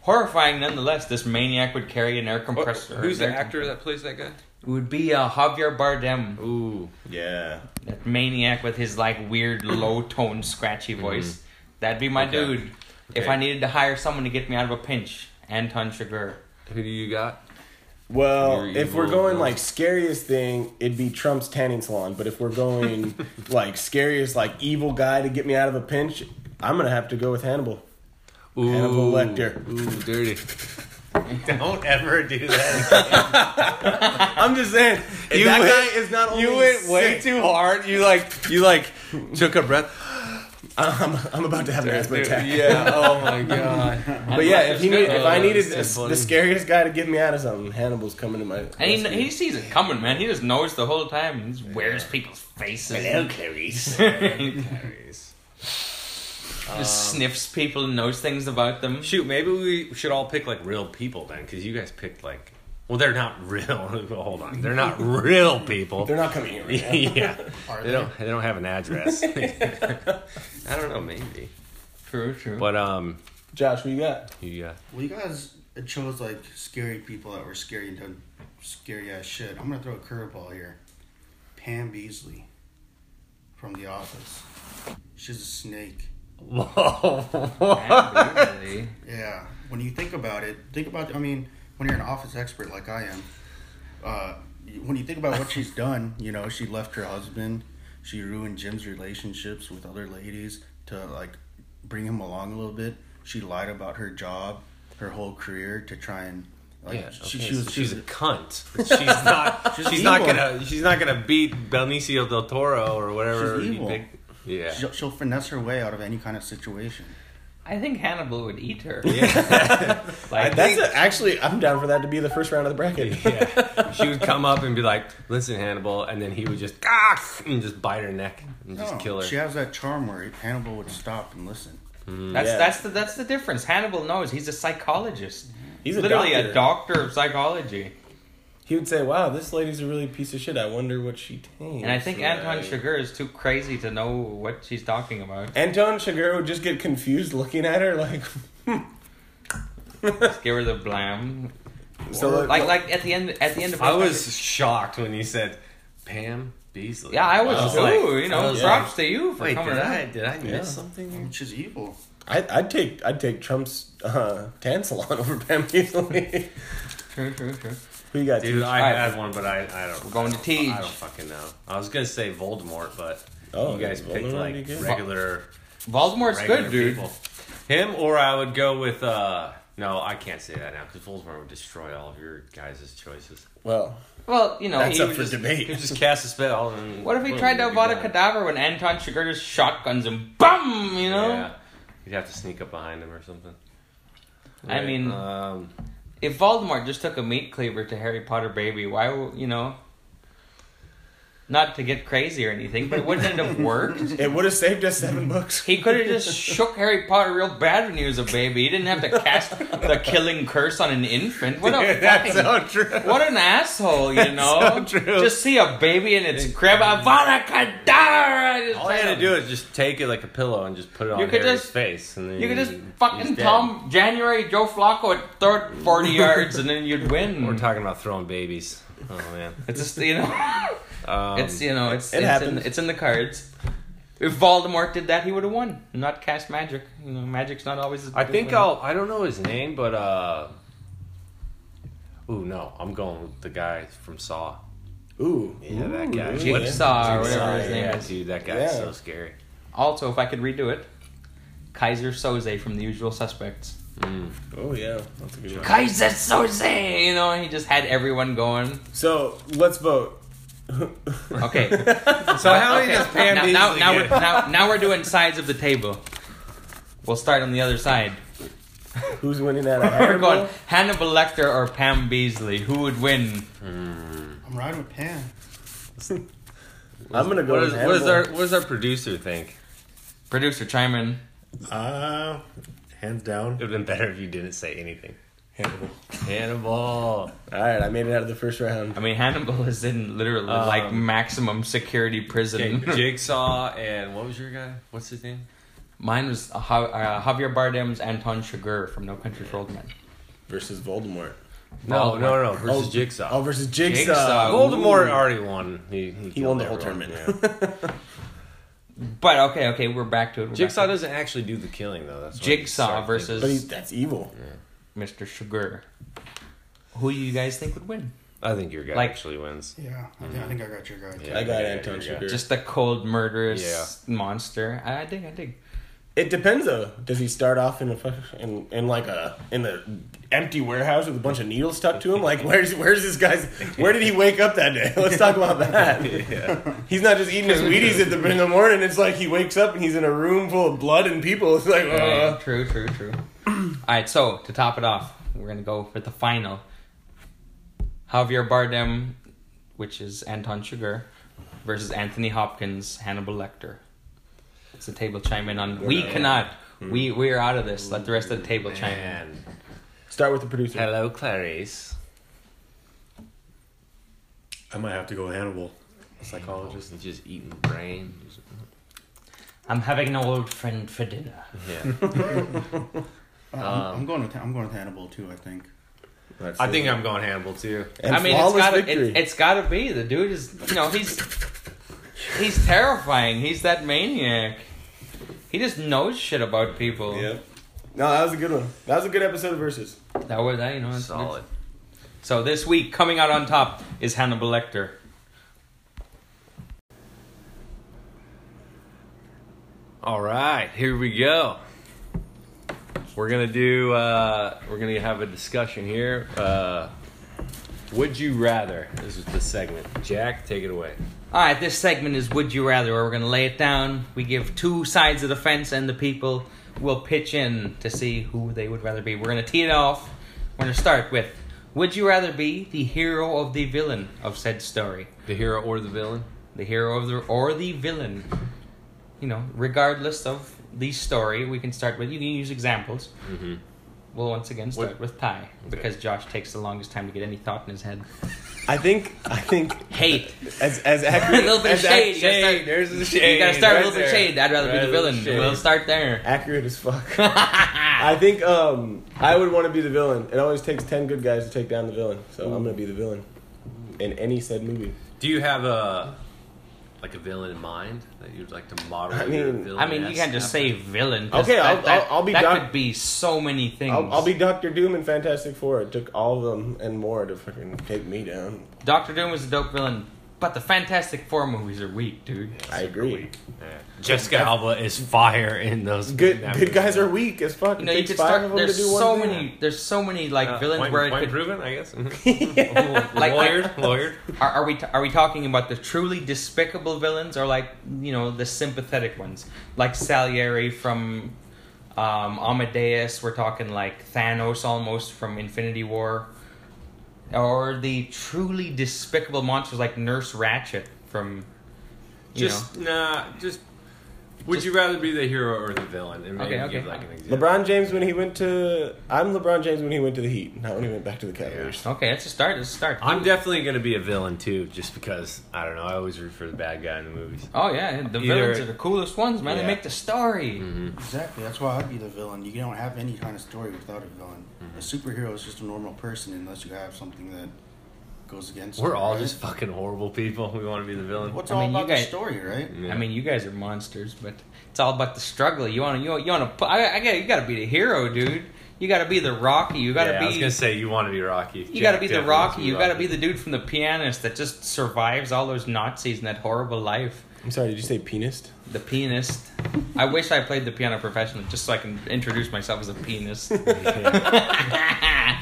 horrifying nonetheless. This maniac would carry an air What- compressor. who's an the air actor compressor. that plays that guy? It would be uh, Javier Bardem, Ooh, Yeah. that maniac with his like weird low toned Mm-hmm. scratchy voice. That'd be my Okay. dude. If Okay. I needed to hire someone to get me out of a pinch, Anton Chigurh. who do you got? Well, You're if we're evil, going bro. like scariest thing, it'd be Trump's tanning salon. But if we're going like scariest, like evil guy to get me out of a pinch, I'm gonna have to go with Hannibal. Ooh, Hannibal Lecter. *laughs* Ooh, *laughs* dirty. Don't ever do *laughs* that. I'm just saying You that went- guy is not only You went way sick- too hard. You like you like took a breath. I'm, I'm about to have an asthma attack. *laughs* Yeah. Oh my god. But yeah, if he need, if I Oh, needed that's a- so funny. the scariest guy to get me out of something, Hannibal's coming to my. And he, rescue. he sees it coming, man. He just knows the whole time. He just wears people's faces. Clarice. just um, sniffs people and knows things about them. Shoot, maybe we should all pick like real people then, because you guys picked like. Well, they're not *laughs* real. Hold on, they're *laughs* not real people. They're not coming here. Right now. *laughs* yeah, they don't. They don't have an address. *laughs* I don't know, maybe. True, true. But um, Josh, what you got? you uh, *laughs* well, you guys chose like scary people that were scary and done scary ass shit. I'm gonna throw a curveball here. Pam Beasley from The Office. She's a snake. *laughs* whoa, Absolutely. Yeah, when you think about it, think about. I mean, when you're an office expert like I am, uh, when you think about *laughs* what she's done, you know, she left her husband, she ruined Jim's relationships with other ladies to like bring him along a little bit. She lied about her job, her whole career to try and like yeah, she, okay, she was so she she's was a cunt. But *laughs* She's not. she's not evil. gonna. She's not gonna beat Benicio del Toro or whatever. She's you evil. pick. Yeah. she'll, she'll finesse her way out of any kind of situation. I think Hannibal would eat her. *laughs* I Like, That's think- a, actually, I'm down for that to be the first round of the bracket. yeah. She would come up and be like, "Listen, Hannibal," and then he would just ah, and just bite her neck and just No, kill her. She has that charm where Hannibal would stop and listen. that's Yeah. that's the that's the difference. Hannibal knows he's a psychologist. *laughs* He's a literally doctor. a doctor of psychology. He would say, "Wow, this lady's a really piece of shit. I wonder what she thinks." And I think Anton Right. Chigurh is too crazy to know what she's talking about. Anton Chigurh would just get confused looking at her, like. *laughs* hmm. Just give her the blam. so Like like at the end at the end of I was shocked when you said Pam Beasley. yeah I was just too. like, you know, I was props to you for Wait, did coming I out. did I miss Yeah. I something? mean, she's evil. I, I'd take I'd take Trump's uh, tan salon over Pam Beasley. True, true, true. *laughs* Who you got? Dude, Teach? I Alright. had one, but I, I don't. We're going to I don't, Tej. fucking know. I was gonna say Voldemort, but Oh, you guys Voldemort picked would like be good. regular, Voldemort's regular good, dude. people. Him, or I would go with. uh No, I can't say that now because Voldemort would destroy all of your guys' choices. well, Well, you know, that's he up was for just- He would debate. just cast a spell. And What if he boom, tried you'd to be avoid a done. cadaver when Anton Chigurh just shotguns him? Bum! You know? Yeah, you'd have to sneak up behind him or something. I Right, mean- um, If Voldemort just took a meat cleaver to Harry Potter baby, why, w- you know? Not to get crazy or anything, but wouldn't it *laughs* have worked? It would have saved us seven books. He could have just shook Harry Potter real bad when he was a baby. He didn't have to cast the killing curse on an infant. What *laughs* a that's fucking, so true. what an asshole, you know? so true. Mm. Just see a baby in its crib, Avada Kedavra! Just All you like had a to do is just take it like a pillow and just put it on You his could Harry's just- face, and then You could just he- Mm. he's fucking dead. Tom January Joe Flacco at third forty yards, and then you'd We're win. talking about throwing babies. Oh man, It's just you know, um, it's you know, it's It it's, in, happens. it's in the cards. If Voldemort did that, he would have won. Not cast magic. You know, magic's not always. I think I'll. I don't know his name, but uh. Ooh no, I'm going with the guy from Saw. Ooh, Yeah, that guy. Ooh, What- Jigsaw Jigsaw, or whatever his name Yeah, is. dude, that guy's Yeah. so scary. Also, if I could redo it, Kaiser Soze from The Usual Suspects. Oh yeah, that's a good one. Kaiser Soze, you know, he just had everyone going. So let's vote. *laughs* *laughs* Okay, So how many Okay, does Pam now, Beasley now, now we're get? now, now we're doing sides of the table. We'll start on the other side. Who's winning that? We're going Hannibal Lecter or Pam Beasley. Who would win? Mm. I'm riding with Pam. *laughs* I'm gonna go. What with is, what is Hannibal. our What does our producer think? Producer chime in. Uh, hands down. It would have been better if you didn't say anything. Hannibal. Hannibal. All right, I made it out of the first round. I mean, Hannibal is in literally like maximum security Okay, prison. *laughs* Jigsaw and what was your guy? What's his name? Mine was uh, Ja- uh, Javier Bardem's Anton Chigurh from No Country for Old Men. Versus Voldemort. No, Voldemort. no, no. Versus Oh, Jigsaw. Oh, versus Jigsaw. Jigsaw. Uh, Voldemort Ooh. already won. He, He killed won the whole everyone, tournament. *laughs* yeah. But okay, okay, we're back to it. We're back Jigsaw to it. doesn't actually do the killing though. That's what you Jigsaw start thinking. But he's, versus that's evil. Mr. Chigurh. Who do you guys think would win? I think your guy like- actually wins. Yeah, I, think, I think I got your guy. Yeah, I got yeah, Anton yeah, yeah. Chigurh. Just the cold murderous monster. I, I dig, I dig. It depends though. Does he start off in a fu- in, in like a in a empty warehouse with a bunch of needles stuck to him? Like where's where's this guy's? Where did he wake up that day? *laughs* Let's talk about that. He's not just eating his Wheaties at the in the morning. It's like he wakes up and he's in a room full of blood and people. It's like uh, Right, True, true, true. *clears throat* All right, so to top it off, we're gonna go for the final. Javier Bardem, which is Anton Chigurh, versus Anthony Hopkins, Hannibal Lecter. It's the table chime in on. We cannot. We we are out of this. Let the rest of the table chime in. And start with the producer. hello, Clarice. I might have to go with Hannibal. Psychologist. Just, just eating the brain. I'm having an old friend for dinner. Yeah. I'm, Um, I'm going with I'm going with Hannibal too. I think. I think I'm going Hannibal too. And I mean, it's flawless gotta victory. it, it's gotta be the dude is you know he's he's terrifying. He's that maniac. He just knows shit about people. Yep. No, that was a good one. That was a good episode of versus. That was that you know it's- Solid. So this week, coming out on top is Hannibal Lecter. All right, here we go. We're gonna do. Uh, we're gonna have a discussion here. Uh, would you rather? This is the segment. Jack, take it away. All right, this segment is Would You Rather, where we're going to lay it down. We give two sides of the fence, and the people will pitch in to see who they would rather be. We're going to tee it off. We're going to start with Would you rather be the hero of the villain of said story? The hero or the villain? The hero of the or the villain? You know, regardless of the story, we can start with. You can use examples. Mm-hmm. We'll once again start What- with Ty because Josh takes the longest time to get any thought in his head. I think I think Hate. as as *laughs* a accurate little bit of as ac- shade. You gotta start- There's the *laughs* You gotta start with a little bit of right shade. I'd rather Right, be the little villain. shade. We'll start there. accurate as fuck. *laughs* I think um, I would want to be the villain. It always takes ten good guys to take down the villain, so I'm gonna be the villain in any said movie. Do you have a like a villain in mind that you'd like to model? I your mean- villain I mean, you can't just say villain. 'cause Okay, that, I'll- that- I'll- I'll be That doc- could be so many things. I'll, I'll be Doctor Doom in Fantastic Four. It took all of them and more to fucking take me down. Doctor Doom was a dope villain, but the Fantastic Four movies are weak, dude. I agree. Yeah. Jessica Alba is fire in those. Uh, Good in that good movie. guys are weak as fuck. You It know, you takes could five start. of them There's to do one so thing. many. There's so many like Uh, villains point- where it point could. proven, I *laughs* guess. Mm-hmm. Like- lawyered, lawyered. Are, are we t- are we talking about the truly despicable villains or like you know the sympathetic ones like Salieri from um, Amadeus? We're talking like Thanos almost from Infinity War, or the truly despicable monsters like Nurse Ratchet from you Just nah. Just would Just- you rather be the hero or the villain? And maybe Okay, give okay. like an example. LeBron James when he went to I'm LeBron James when he went to the Heat, not when he went back to the Cavaliers. know. Okay, that's a start. That's a start. I'm definitely gonna be a villain too, just because I don't know. I always root for the bad guy in the movies. Oh yeah, the villains are the coolest ones, man. They Yeah. Mm. make the story. Exactly. That's why I'd be the villain. You don't have any kind of story without a villain. A superhero is just a normal person unless you have something that goes against. We're it, all right? just fucking horrible people. We want to be the villain. What's I all mean, you about guys- the story, right? Yeah. I mean, you guys are monsters, but it's all about the struggle. You want to, you want, you want to. I, I got, you got to be the hero, dude. You got to be the Rocky. You got to yeah, I was be, gonna say you want to be Rocky. you got to be the Rocky. You got to *laughs* be the dude from the pianist that just survives all those Nazis and that horrible life. I'm sorry, did you say penist? The pianist. I wish I played the piano professionally just so I can introduce myself as *laughs* a pianist. *laughs*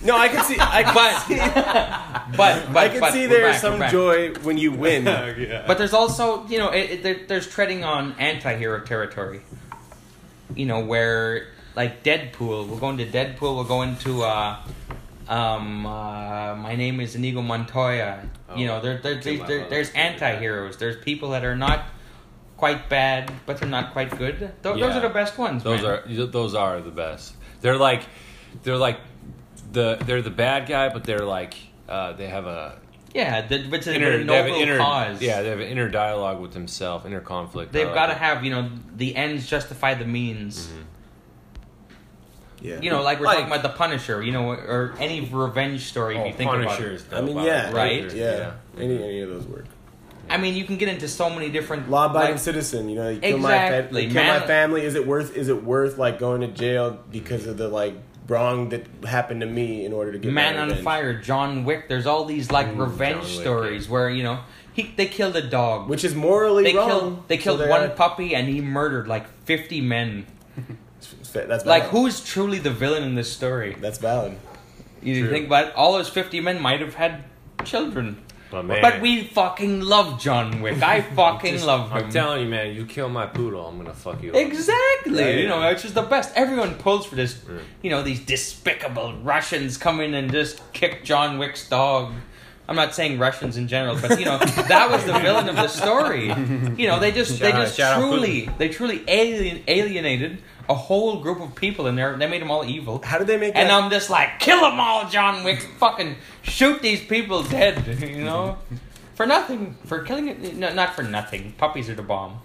No, I can see I can, *laughs* But, but, but, I can but see we're there's back, we're some back. joy when you win. But there's also, you know, it, it, there, there's treading on anti-hero territory. You know, where like Deadpool, we'll go into Deadpool, we'll go into uh, um, uh, my name is Inigo Montoya. you know, there, there, okay, there, wow, there- that's there's pretty bad. anti-heroes. There's people that are not quite bad, but they're not quite good. Th- Those Yeah. are the best ones. Those man. are those are the best. They're like they're like the they're the bad guy, but they're like uh, they have a yeah, the, which is inner a they have noble an inner cause. yeah they have an inner dialogue with themselves, inner conflict. Uh, I they've like got to it. have you know the ends justify the means. Yeah. You know, like we're Like- talking about the Punisher. You know, or any revenge story. Oh, if you think about Punisher it. is I mean, dope. yeah, Right? Punisher, Yeah. Any any of those work. I mean, you can get into so many different Law abiding like- citizen, you know, you kill my fa- Exactly, you kill man. my family. Is it worth is it worth like going to jail because of the like wrong that happened to me in order to get my Man on revenge? Fire, John Wick. There's all these like revenge John Wick, stories where you know he they killed a dog. Which is morally they wrong. killed they so killed they're one out- puppy and he murdered like 50 men. That's valid. Like who's truly the villain in this story? That's valid. You True. think about it, all those 50 men might have had children. But, man, But we fucking love John *laughs* Wick. I fucking just- love him. I'm telling you, man, you kill my poodle, I'm gonna fuck you. up. Exactly. Yeah. You know, which is the best. Everyone pulls for this. Mm. You know, these despicable Russians come in and just kick John Wick's dog. I'm not saying Russians in general, but you *laughs* know that was the villain of the story. You know, they just they Shout out- just shout out truly they truly alien, alienated a whole group of people, and they they made them all evil. How did they make And um, that? I'm just like, kill them all, John Wick. Fucking shoot these people dead. *laughs* You know, for nothing. For killing it. No, not for nothing. Puppies are the bomb.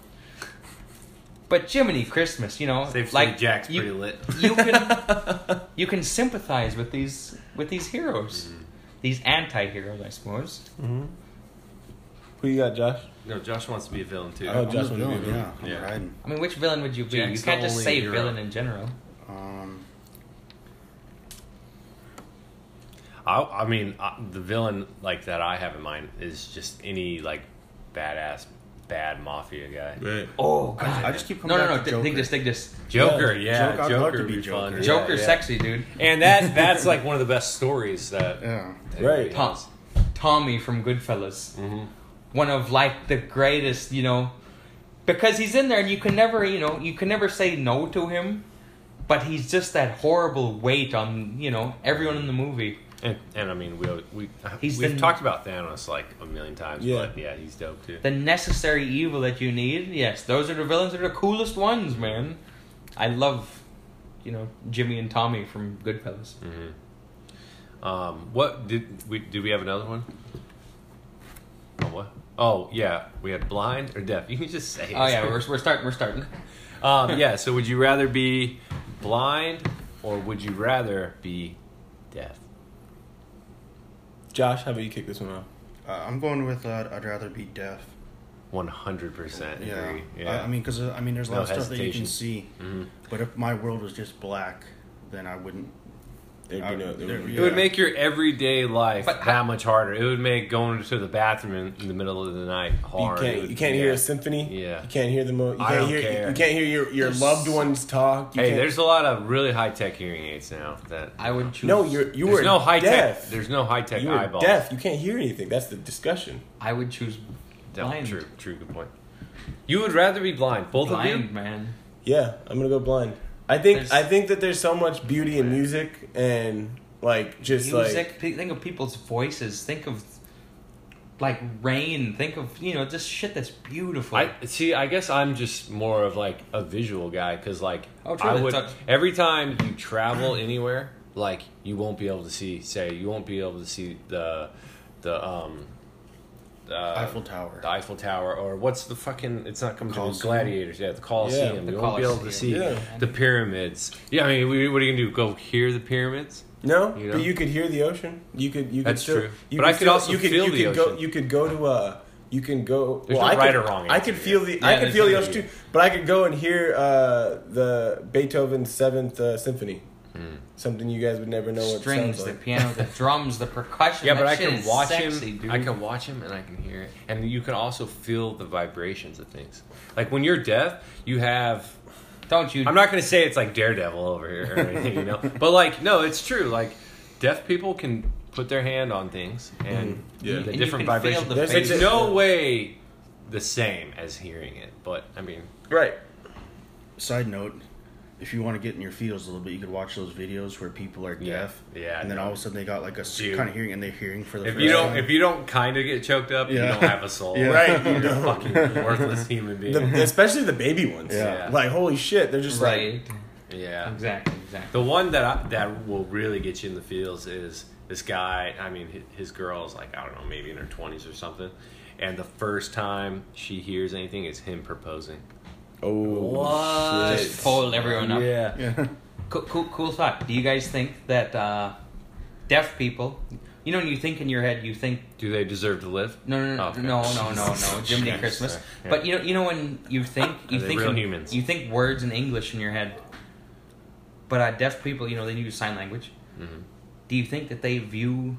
But Jiminy Christmas, you know, Safe to say like Jack's you, pretty lit. *laughs* you can you can sympathize with these with these heroes, Mm. these anti-heroes, I suppose. Who you got, Josh? No, Josh wants to be a villain too. Oh, I'm just Justin going, Bieber. yeah. I'm Yeah. riding. I mean, which villain would you be? Jack's you can't the just only say hero. villain in general. Um, I, I mean, I, the villain like that I have in mind is just any like badass bad mafia guy. Right. Oh God! I just keep No, coming no, back to no! Dig dig Joker. this, dig this. Joker, yeah, Joker, I'd love Joker to would be be fun. Joker. Yeah, Joker's yeah. sexy, dude. and that that's like one of the best stories that Yeah. Right. Tom, Tommy from Goodfellas. One of like the greatest, you know, because he's in there and you can never, you know, you can never say no to him, but he's just that horrible weight on, you know, everyone in the movie. And, and I mean, we we He's we've the- talked about Thanos like a million times, Yeah. but yeah, he's dope too. The necessary evil that you need. Yes, those are the villains that are the coolest ones, man. I love, you know, Jimmy and Tommy from Goodfellas. Um, what did we did we have another one? Oh what? Oh yeah, we had blind or deaf. You can just say. it. Oh yeah, we're we're starting we're starting. Um, yeah. So would you rather be blind or would you rather be deaf? Josh, how about you kick this one off? Uh, I'm going with uh, I'd rather be deaf. One hundred percent Yeah. agree. I, I mean, because I mean, there's a No lot of stuff that you hesitation. can see. But if my world was just black, then I wouldn't. There'd I- be no. Uh, There there- would be It would yeah. make your everyday life But that much harder. It would make going to the bathroom in, in the middle of the night You hard. It can't, would- you can't yeah. hear a symphony. Yeah. You can't hear the mo. You I can't don't hear. you- care. You can't hear your, your loved ones talk. You Hey, can't- there's a lot of really high tech hearing aids now. That I would choose. no. You're, you there's were no high deaf. tech. There's no high tech you were eyeballs. deaf. You can't hear anything. That's the discussion. I would choose. No, Blind. True, true, good point. You would rather be blind, both of Blind you. man. Yeah, I'm gonna go blind. I think There's- I think that there's so much beauty in music and like just music. like pe- think of people's voices. Think of like rain. Think of you know just shit that's beautiful. I see. I guess I'm just more of like a visual guy because like Oh, true, I that's would not- every time you travel anywhere, like you won't be able to see. Say you won't be able to see the the um uh, Eiffel Tower. the Eiffel Tower, or what's the fucking? It's not coming to me, Colosseum. gladiators. Yeah, the Coliseum. Yeah, we the won't be able to see Colosseum. Yeah. the pyramids. Yeah, I mean, we, what are you gonna do? Go hear the pyramids? no, You know? but you could hear the ocean. You could you could That's still, true. You But I could still- also you could, feel you the could ocean. Go, you could go to a you can go. There's well, no I right could, or wrong I answer could feel here. the Yeah, I could there's feel the no ocean too, but I could go and hear uh, the Beethoven Seventh uh, Symphony. Hmm. Something you guys would never know what it Strings, sounds the like. piano, *laughs* the drums, the percussion. Yeah, but that I shit can is watch sexy, him. Dude. I can watch him, and I can hear it, and you can also feel the vibrations of things. Like when you're deaf, you have. Don't you? I'm not going to say it's like Daredevil over here or anything, *laughs* you know. But like, no, it's true. Like, deaf people can put their hand on things, and Yeah. Mm-hmm. And the you different can feel vibrations. the it's faces. no way the same as hearing it, but I mean, Right. Side note, if you want to get in your feels a little bit, you could watch those videos where people are Yeah. deaf. Yeah, And then no. all of a sudden they got like a Dude. kind of hearing and they're hearing for the If first you don't, time. if you don't kind of get choked up, you Yeah. don't have a *laughs* soul. Yeah. Right, you *laughs* you're a fucking worthless human being. *laughs* The, especially the baby ones. Yeah. Like holy shit, they're just Right. like yeah, Exactly. Exactly. the one that I, that will really get you in the feels is this guy. I mean, hi- his girl's like I don't know, maybe in her twenties or something, and the first time she hears anything, it's him proposing. oh What? shit. Fold everyone up. Yeah. yeah. Cool, cool, cool thought. Do you guys think that uh, deaf people, you know, when you think in your head, you think Do they deserve to live? No, no, no, Oh, Okay. no, no, *laughs* no, no, Jiminy Yeah, Christmas. sorry. Yeah. But you know, you know when you *laughs* think you they think real in- humans? you think words in English in your head. But uh, deaf people, you know, they use sign language. Mm-hmm. Do you think that they view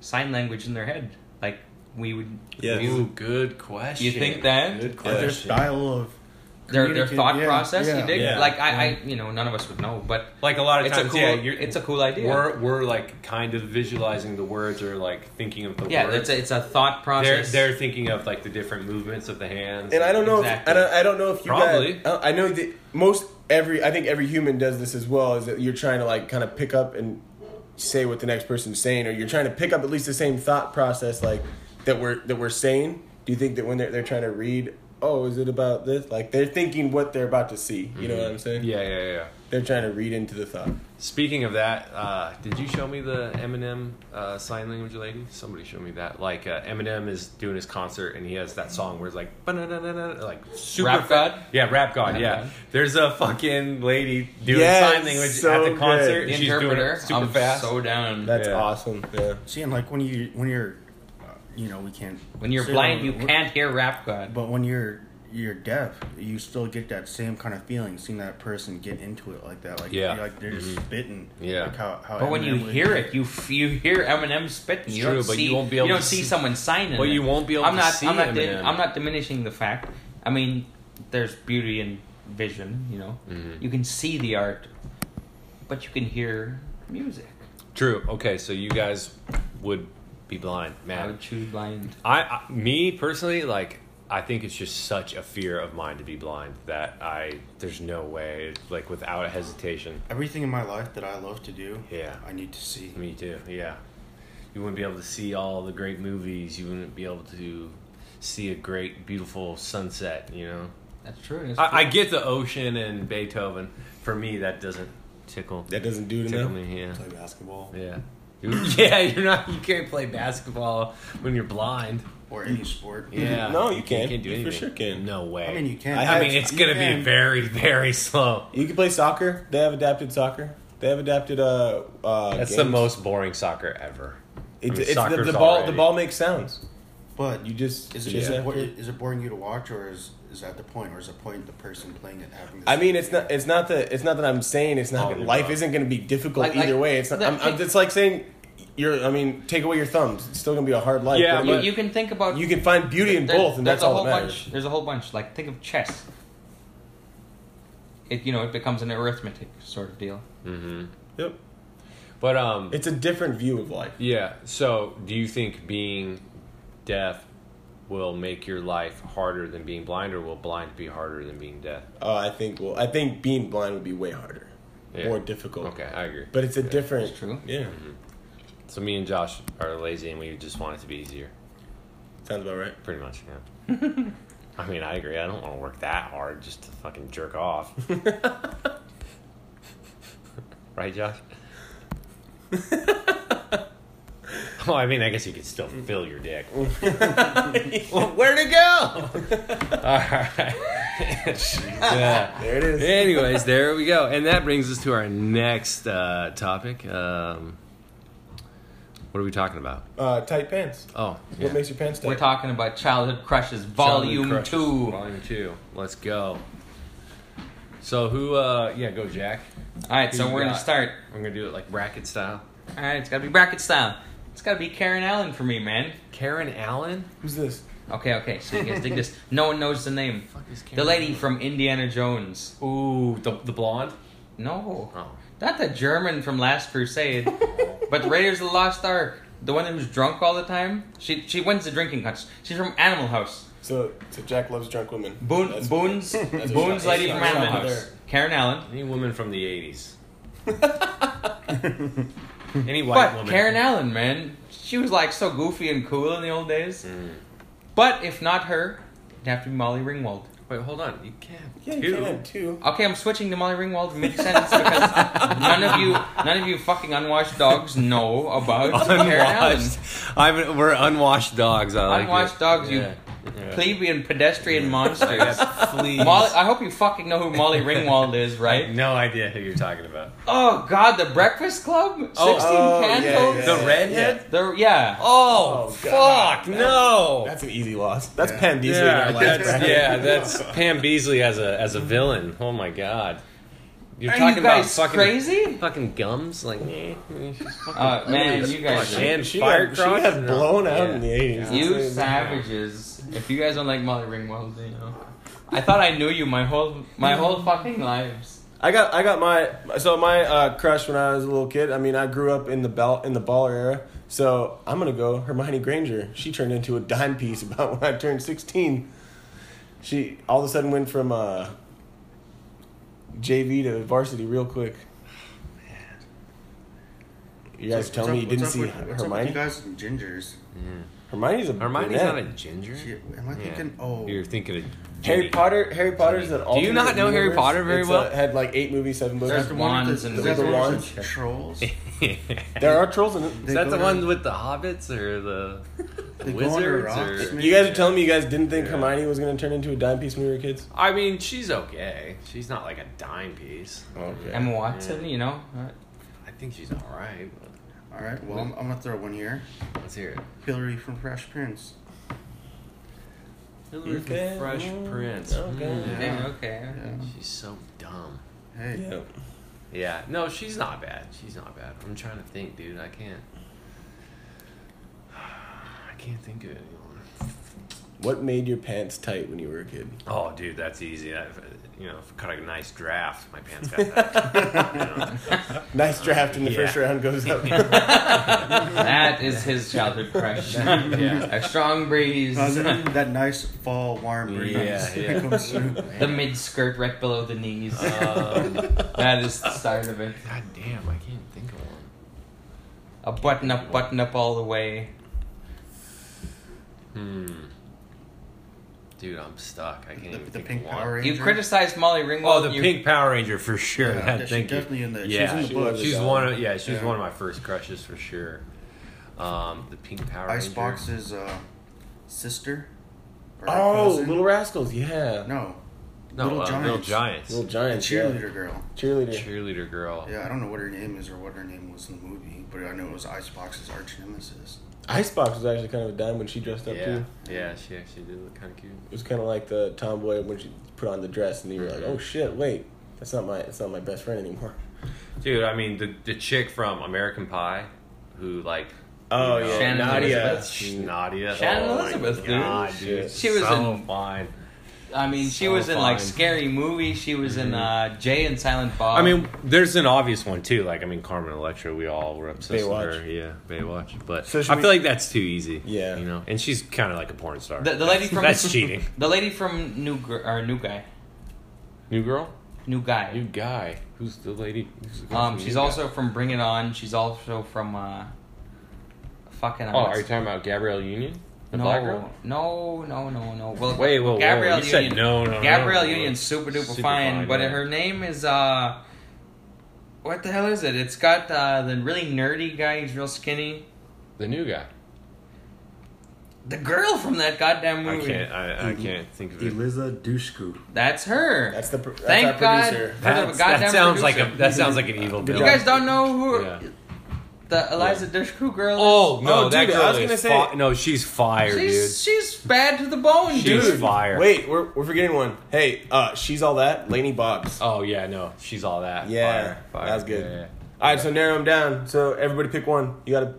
sign language in their head like we would? Yes. view Ooh, good question. You think that? Good But their question. style of their their communicate- thought yeah, process? yeah. you dig? Yeah. like I, I, you know, none of us would know, but Like a lot of it's times, a cool, yeah, you're, it's a cool idea. We're we're like kind of visualizing the words or like thinking of the yeah, words. it's a, it's a thought they're process. they're thinking of like the different movements of the hands. And I don't know. If, I Exactly. don't. I don't know if you guys- Probably. I don't- I know that most every. I think every human does this as well. Is that you're trying to like kind of pick up and say what the next person's saying, or you're trying to pick up at least the same thought process like that we're that we're saying. Do you think that when they're they're trying to read, oh, is it about this? Like they're thinking what they're about to see. You know what I'm saying? Mm-hmm. Yeah, yeah, yeah. They're trying to read into the thought. Speaking of that, uh, did you show me the Eminem uh, sign language lady? Somebody showed me that. Like uh, Eminem is doing his concert and he has that song where it's like "Ba-na-na-na-na," like super Rap fa- God? Yeah, rap god. Rap yeah, God. there's a fucking lady doing Yes, sign language so at the concert. good. And she's doing interpreter. it super I'm fast. so down. That's Yeah. awesome. Yeah. seeing like when you when you're, uh, you know, we can't. when you're say blind, that, you but- can't hear rap god. But when you're you're deaf, you still get that same kind of feeling seeing that person get into it like that. Like Yeah. Mm-hmm. you're like they're just spitting. Yeah. Like how, how But when you Eminem would- hear it, you f- you hear Eminem spitting. You True, don't but see, you won't be able don't to see, see- someone signing. Well, it. you won't be able I'm to not. see I'm not. di- Eminem. I'm not diminishing the fact. I mean, there's beauty in vision. You know, Mm-hmm. you can see the art, but you can hear music. True. Okay, so you guys would be blind, I man. would choose blind. I, I me personally like I think it's just such a fear of mine to be blind that I there's no way like without hesitation. everything in my life that I love to do, Yeah. I need to see. Me too. Yeah. You wouldn't be able to see all the great movies. You wouldn't be able to see a great beautiful sunset, you know. That's true. That's I, I true. get the ocean and Beethoven. For me that doesn't tickle That doesn't do it tickle enough. me, yeah. Play basketball. Yeah. *laughs* yeah, you're not you can't play basketball when you're blind. Or any sport. Yeah. No, you can. can't do You for anything. sure can. No way. I mean, you can. I I have- mean, it's you gonna be can. very, very *laughs* slow. You can play soccer. They have adapted soccer. They have adapted. Uh, uh, That's the games. most boring soccer ever. It's, I mean, it's the, soccer's the ball. already- The ball makes sounds. *laughs* But You you just is it, just is, it, have bo- to- is it boring you to watch, or is is that the point, or is the point the person playing it having? the I mean, same it's not. feeling? It's not that. It's not that I'm saying it's not. Oh, gonna- you're life right. isn't going to be difficult Like- either like- way. It's not. that- I'm, I'm, it's like saying, you're. I mean, take away your thumbs. It's still going to be a hard life. Yeah, You, but- you can think about. you can find beauty in there- both, and there's that's a all whole that matters. bunch. There's a whole bunch. Like think of chess. It you know it becomes an arithmetic sort of deal. Yep. But um, It's a different view of life. yeah. So, do you think being deaf will make your life harder than being blind, or will blind be harder than being deaf? Uh, I think. Well, I think being blind would be way harder, Yeah. more difficult. Okay, I agree. But it's a different. That's true. Yeah. so me and Josh are lazy, and we just want it to be easier. Sounds about right. Pretty much, yeah. *laughs* I mean, I agree. I don't want to work that hard just to fucking jerk *laughs* off. right, Josh? well, Oh, I mean, I guess you could still fill your *laughs* dick. Well, where'd it *laughs* go? All right. *laughs* Yeah. There it is. Anyways, there we go. And that brings us to our next uh, topic. Um, what are we talking about? Uh, tight pants. Oh, What makes your pants tight? We're talking about childhood crushes, volume Childhood Crushes, two. Volume two. Let's go. So who? uh Yeah, go Jack. All right, Who so you we're gonna got? start. I'm gonna do it like bracket style. All right, it's gotta be bracket style. It's gotta be Karen Allen for me, man. Karen Allen. Who's this? Okay, okay. So you guys dig *laughs* this? No one knows the name. Fuck is Karen The lady Allen? from Indiana Jones. Ooh, the the blonde. No, Oh, not the German from Last Crusade, but Raiders of the Lost Ark. The one who's drunk all the time. She she wins the drinking contest. She's from Animal House. So, so Jack loves drunk women. Boone That's- Boone's that's- Boone's lady that's- from that's- Animal that's- House. Karen Allen. Any woman from the *laughs* '80s. Any white But woman. Karen Allen, man, she was like so goofy and cool in the old days. Mm. But if not her, it'd have to be Molly Ringwald. Wait, hold on. You can't. Yeah, you Two. can have two. Okay, I'm switching to Molly Ringwald mid sentence because none of you, none of you fucking unwashed dogs *laughs* know about Karen Allen. Unwashed. I'm, we're unwashed dogs. I like Unwashed it. dogs, you Yeah. Plebeian pedestrian monsters. Yeah, please. Molly, I hope you fucking know who Molly Ringwald is, right? No idea who you're talking about. Oh God, The Breakfast Club, sixteen Oh, oh, yeah, candles. yeah. The redhead? The- yeah. Oh, fuck, no. That's an easy loss. That's Pam Diesel. in our lives, that's, right? yeah, *laughs* that's Pam Beasley as a as a villain. Oh my god. You're Are talking you guys about fucking crazy? fucking gums like eh, eh, she's fucking Uh, man, you guys, fuck, and She fire got, she got blown out Yeah. in the 80s. you That's- savages. If you guys don't like Molly Ringwald, you know, I thought I knew you my whole my whole fucking lives. I got I got my so my uh, crush when I was a little kid. I mean, I grew up in the ball in the baller era. So I'm gonna go Hermione Granger. She turned into a dime piece *laughs* about when I turned 16. She all of a sudden went from uh, JV to varsity real quick. You guys What's tell up- me you didn't what's see up with- what's up with Hermione. You guys and gingers. Hermione's a Hermione's brunette. not a ginger. Gee, Am I Yeah. thinking? Oh, You're thinking of Harry Ginny. Potter. Harry Potter's an. Do you not alternate know Harry universe. Potter very It's, well? uh, had like eight movies, seven books. There's the one with Wands the- and is that the wizards. one with the trolls. *laughs* There are trolls in it. They Is that go the to- one with the hobbits or the They go under wizards? rocks, Or... man. You guys are telling me you guys didn't think Hermione was going to turn into a dime piece when we were kids? I mean, she's okay. She's not like a dime piece. Okay. Emma Watson, you know. Uh, I think she's all right. but All right. Well, I'm, I'm gonna throw one here. Let's hear it. Hillary from Fresh Prince. Hillary from Okay. Fresh Prince. Okay. Mm, Okay, okay. Yeah. She's so dumb. Hey. Yeah. Yeah, no, she's not bad. She's not bad. I'm trying to think, dude. I can't. I can't think of it anymore. What made your pants tight when you were a kid? Oh, dude, that's easy. I, you know, if I cut a nice draft. My pants got *laughs* that. Nice draft in the Yeah. first round goes up. That is his childhood *laughs* crush. yeah. A strong breeze. How's Uh, it- that nice fall warm breeze Yeah, *laughs* yeah. comes through. The mid skirt right below the knees. Um, that is the start of it. God damn, I can't think of one. A button up, button up all the way. Hmm. Dude, I'm stuck. I can't The, even the think pink of one. Power Ranger. You criticized Molly Ringwald. Oh, the you- Pink Power Ranger for sure. *laughs* Yeah, Yeah, she's thank you. definitely in the- she's Yeah, in the she- book. she's Yeah. one of yeah, she's Yeah. one of my first crushes for sure. Um, the Pink Power Ranger. Icebox's uh, sister. or her *laughs* Oh, cousin. Little Rascals, yeah. No, no, Little uh, Little Giants. Giants. Little the Giants. cheerleader girl. Yeah. Cheerleader. cheerleader girl. Yeah, I don't know what her name is or what her name was in the movie, but I know it was Icebox's arch nemesis. Icebox was actually kind of a dime when she dressed up, yeah, too. yeah, she actually did look kind of cute. It was kind of like the tomboy when she put on the dress, and you were like, oh shit, wait. That's not my, that's not my best friend anymore. Dude, I mean the the chick from American Pie, who like Oh, you yeah, Shannon Nadia. Elizabeth. Sh- Nadia, Shannon oh my Elizabeth, dude. God, dude, Shit. She was so in- fine. I mean, oh, she So was in like fine. Scary Movie. She was in uh, Jay and Silent Bob. I mean, there's an obvious one too. Like, I mean, Carmen Electra, we all were obsessed Baywatch. with her. Yeah, Baywatch. But So should I we- feel like that's too easy. Yeah. you know, and she's kind of like a porn star. The- the *laughs* lady from- that's cheating. *laughs* the lady from New Gr- or New Guy, New girl, New Guy. guy. Who's the lady? who's the girl Um, from she's New Guy? also from Bring It On. She's also from uh, fucking. uh, Oh, what's- are you talking about Gabrielle Union, the no, black girl? no, no, no, no. Well, Wait, whoa, whoa, Gabrielle you said Union. no, no, no, Gabrielle no. Union's super duper Super fine, fine, but yeah. her name is uh, what the hell is it? It's got uh, the really nerdy guy. He's real skinny. The new guy. The girl from that goddamn I movie. can't. I, I can't think of it. Eliza Dushku. That's her. That's the, pr- that's Thank our God. producer. for the That's- goddamn that sounds producer. like a. That sounds like an evil Good villain. You guys don't know who Yeah. the Eliza Dushku girl Oh is? no, Oh, that dude, I girl was is gonna say- fi- no, she's fire, she's she's bad to the bone, She's dude. Dude. fire. Wait, we're, we're forgetting one. Hey, uh, she's all that. Lainey Boggs. dude. Oh yeah, no, she's all that. Yeah, fire, fire. that was good. Yeah, yeah. All right, so narrow them down. So everybody pick one. You gotta,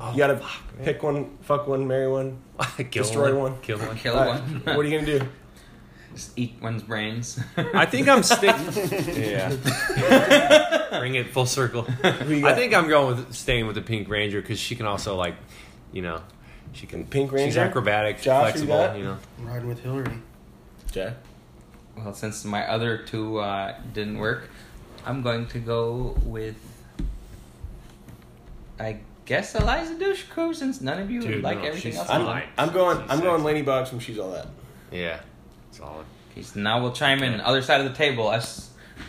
Oh, you gotta fuck, man. pick one, fuck one, marry one. *laughs* kill Destroy one, one. Kill one. Kill All right, one. what are you gonna do? *laughs* Just eat one's brains. I think I'm sticking. yeah. *laughs* Bring it full *laughs* circle. Who you I got? think I'm going with staying with the Pink Ranger because she can also like, you know, she can Pink She's Ranger? acrobatic, Josh, who you flexible. got? You know. I'm riding with Hillary. Jack. Well, since my other two uh, didn't work, I'm going to go with, I guess, Eliza Dushku, since none of you Dude, like no, everything she's else. I'm, Fine. I'm going. She's I'm going. sexy. Lainey Boggs from She's All That. Yeah, solid. Okay, so now we'll chime in. Other side of the table. Us.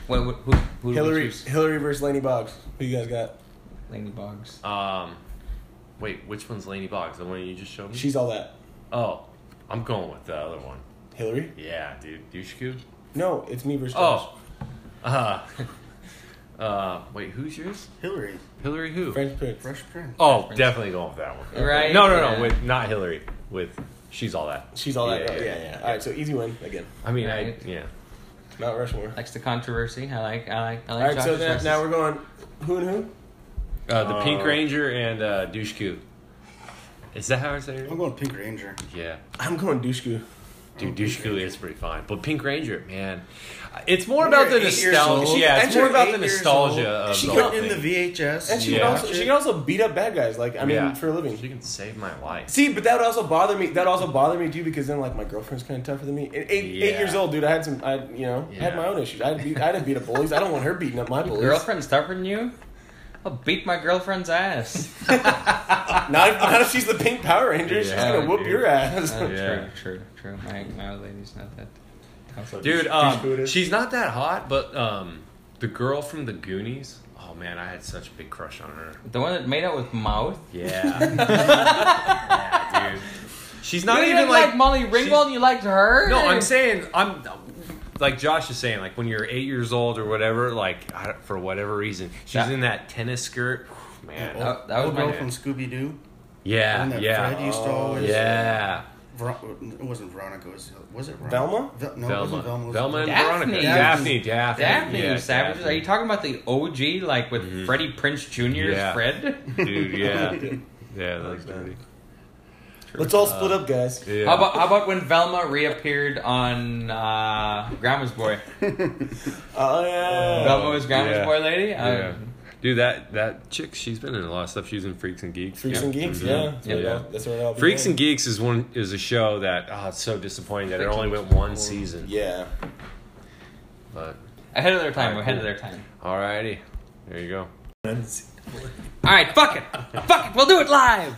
What, what, who, who do we Hillary. choose? Hillary versus Lainey Boggs. Who you guys got? Lainey Boggs. Um, wait, which one's Laney Boggs? The one you just showed me? She's All That. oh, I'm going with the other one. Hillary. Yeah, dude, douchecube. No, it's me versus. Oh, uh, uh, *laughs* wait, who's yours? Hillary, Hillary who? Josh. French Prince. Fresh Prince. Oh, definitely going with that one. Right, No, no, no. yeah. With not Hillary. With she's all that. She's All That. Yeah, Yeah, yeah, yeah, yeah. All right, so easy win again. I mean, Right. I yeah. Mount Rushmore. Likes the controversy. I like. I like. I All like. right, so Josh's now, choices. now we're going who and who? Uh, the Pink Uh, Ranger and uh, douche cube. Is that how I say Oh. it? I'm going Pink Ranger. Yeah, I'm going Dushku. dude, douche cube is pretty fine, but Pink Ranger, man, it's more about were the eight years old. nostalgia. Yeah, And it's more you're about eight the years nostalgia old. of She the put whole in the thing. VHS. And she Yeah. can also she can also beat up bad guys. Like I mean, Yeah. for a living. She can save my life. See, but that would also bother me. That would also bother me too because then like my girlfriend's kind of tougher than me. At eight, eight Yeah. years old, dude, I had some. I you know I had Yeah. my own issues. I had to beat, I had to beat up bullies. I don't want her beating up my Your bullies. girlfriend's tougher than you. I'll beat my *laughs* girlfriend's ass. Not if, not if she's the pink Power Ranger. she's Yeah, gonna whoop dude. your *laughs* ass. Oh, Yeah. True. True. True. My my old lady's not that. tough. Dude, Buddha. um, she's not that hot, but um, the girl from the Goonies. Oh man, I had such a big crush on her. The one that made out with mouth. Yeah, *laughs* yeah dude. She's not you even didn't like, Molly Ringwald, You liked her. No, I'm saying I'm like Josh is saying like when you're eight years old or whatever. Like I don't- for whatever reason, she's That- in that tennis skirt. Man, Old, That- that was old my girl dad. from Scooby Doo. yeah, yeah, Oh, Fred used to always. yeah. Ver- it wasn't Veronica. It was, was it Veronica? Velma? Ve- no, it Velma, wasn't Velma. It was Velma, and Daphne. Veronica, Daphne. Daphne, Daphne, Daphne, yeah, Mm-hmm. you savages. Are you talking about the OG, like with Freddie Prince Jr. 's Yeah. Fred? Daphne. dude? *laughs* Yeah, yeah, that's dirty. Let's all split up, guys. Yeah. How about how about when Velma reappeared on uh, Grandma's Boy? Oh yeah. Velma was Grandma's yeah. Boy lady. Um, Yeah. uh, Dude, that that chick, she's been in a lot of stuff. She's in Freaks and Geeks. Freaks and geeks. Yeah. That's where it Yeah. all- That's where it all Freaks began. and Geeks is one is a show that oh, it's so disappointing that it Freaks only and went one season. Yeah. But Ahead of their time. We're Alright, ahead of cool. their time. alrighty, there you go. All right, fuck it, fuck it. We'll do it live.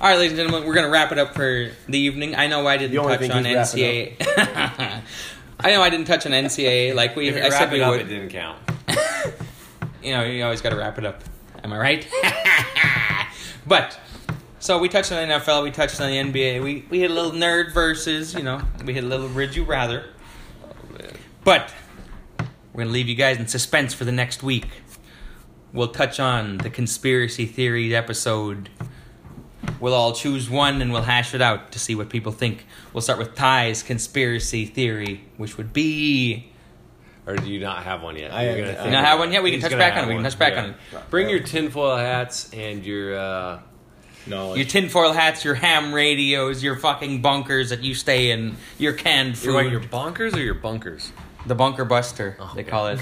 All right, ladies and gentlemen, we're gonna wrap it up for the evening. I know I didn't You only touch think on he's wrapping NCAA. *laughs* I know I didn't touch on NCAA like we. If you I wrap said it we up, would. it didn't count. you know, you always got to wrap it up. Am I right? *laughs* but so we touched on the NFL, we touched on the NBA, we we hit a little nerd versus, you know, we hit a little would you rather. But we're gonna leave you guys in suspense for the next week. We'll touch on the conspiracy theories episode. We'll all choose one and we'll hash it out to see what people think. We'll start with Ty's conspiracy theory, which would be Or do you not have one yet? I You're have- gonna I think you not of have it. one yet? We can He's touch gonna back have on it. We can one, touch back yeah. on it. Bring your tinfoil hats and your uh, Your knowledge. tinfoil hats, your ham radios, your fucking bunkers that you stay in, your canned You food. want your Oh, bonkers or your bunkers? the bunker buster, they okay. *laughs* call it.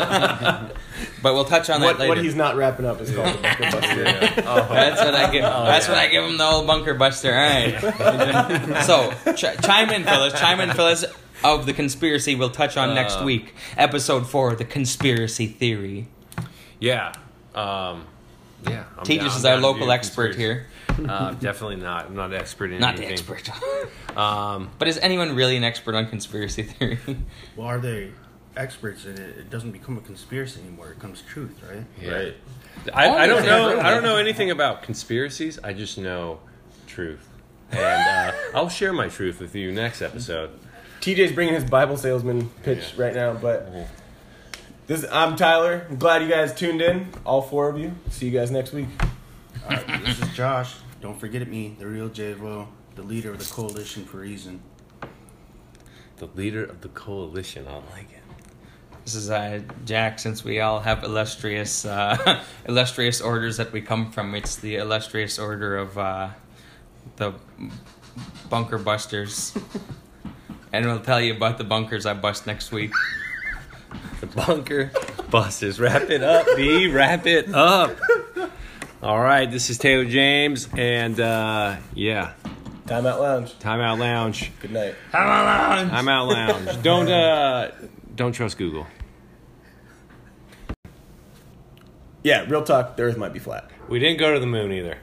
but we'll touch on What, that later. what he's not wrapping up is called the Bunker Buster. That's what I give. Oh, that's what I give him the old bunker buster. *laughs* All right. so ch- chime in, fellas. Chime in, fellas. Of the conspiracy, we'll touch on next Uh. week, episode four, the conspiracy theory. *laughs* Yeah. Um, yeah. I'm Teach down- us I'm is down our to local do expert conspiracy. here, Uh, definitely not. I'm not an expert in not the anything. expert. Um, *laughs* but is anyone really an expert on conspiracy theory? Well, are they experts in it? It doesn't become a conspiracy anymore. It comes truth, right? yeah. I, Only I don't if know. they're I don't know anything about conspiracies. I just know truth, and uh, *laughs* I'll share my truth with you next episode. TJ's bringing his Bible salesman pitch right now, but Oh. this I'm Tyler. I'm glad you guys tuned in, all four of you. See you guys next week. All right, this is Josh. Don't forget me, the real JVO, the leader of the Coalition for Reason. The leader of the coalition. I like it. This is uh, Jack. Since we all have illustrious, uh, *laughs* illustrious orders that we come from, it's the illustrious order of uh, the bunker busters. and we'll tell you about the bunkers I bust next week. The bunker busters. Wrap it up, B. Wrap it up. All right. This is Taylor James, and uh, yeah. Timeout Lounge. Timeout Lounge. Good night. Timeout Lounge. Don't uh, don't trust Google. Yeah, real talk. The Earth might be flat. We didn't go to the moon either.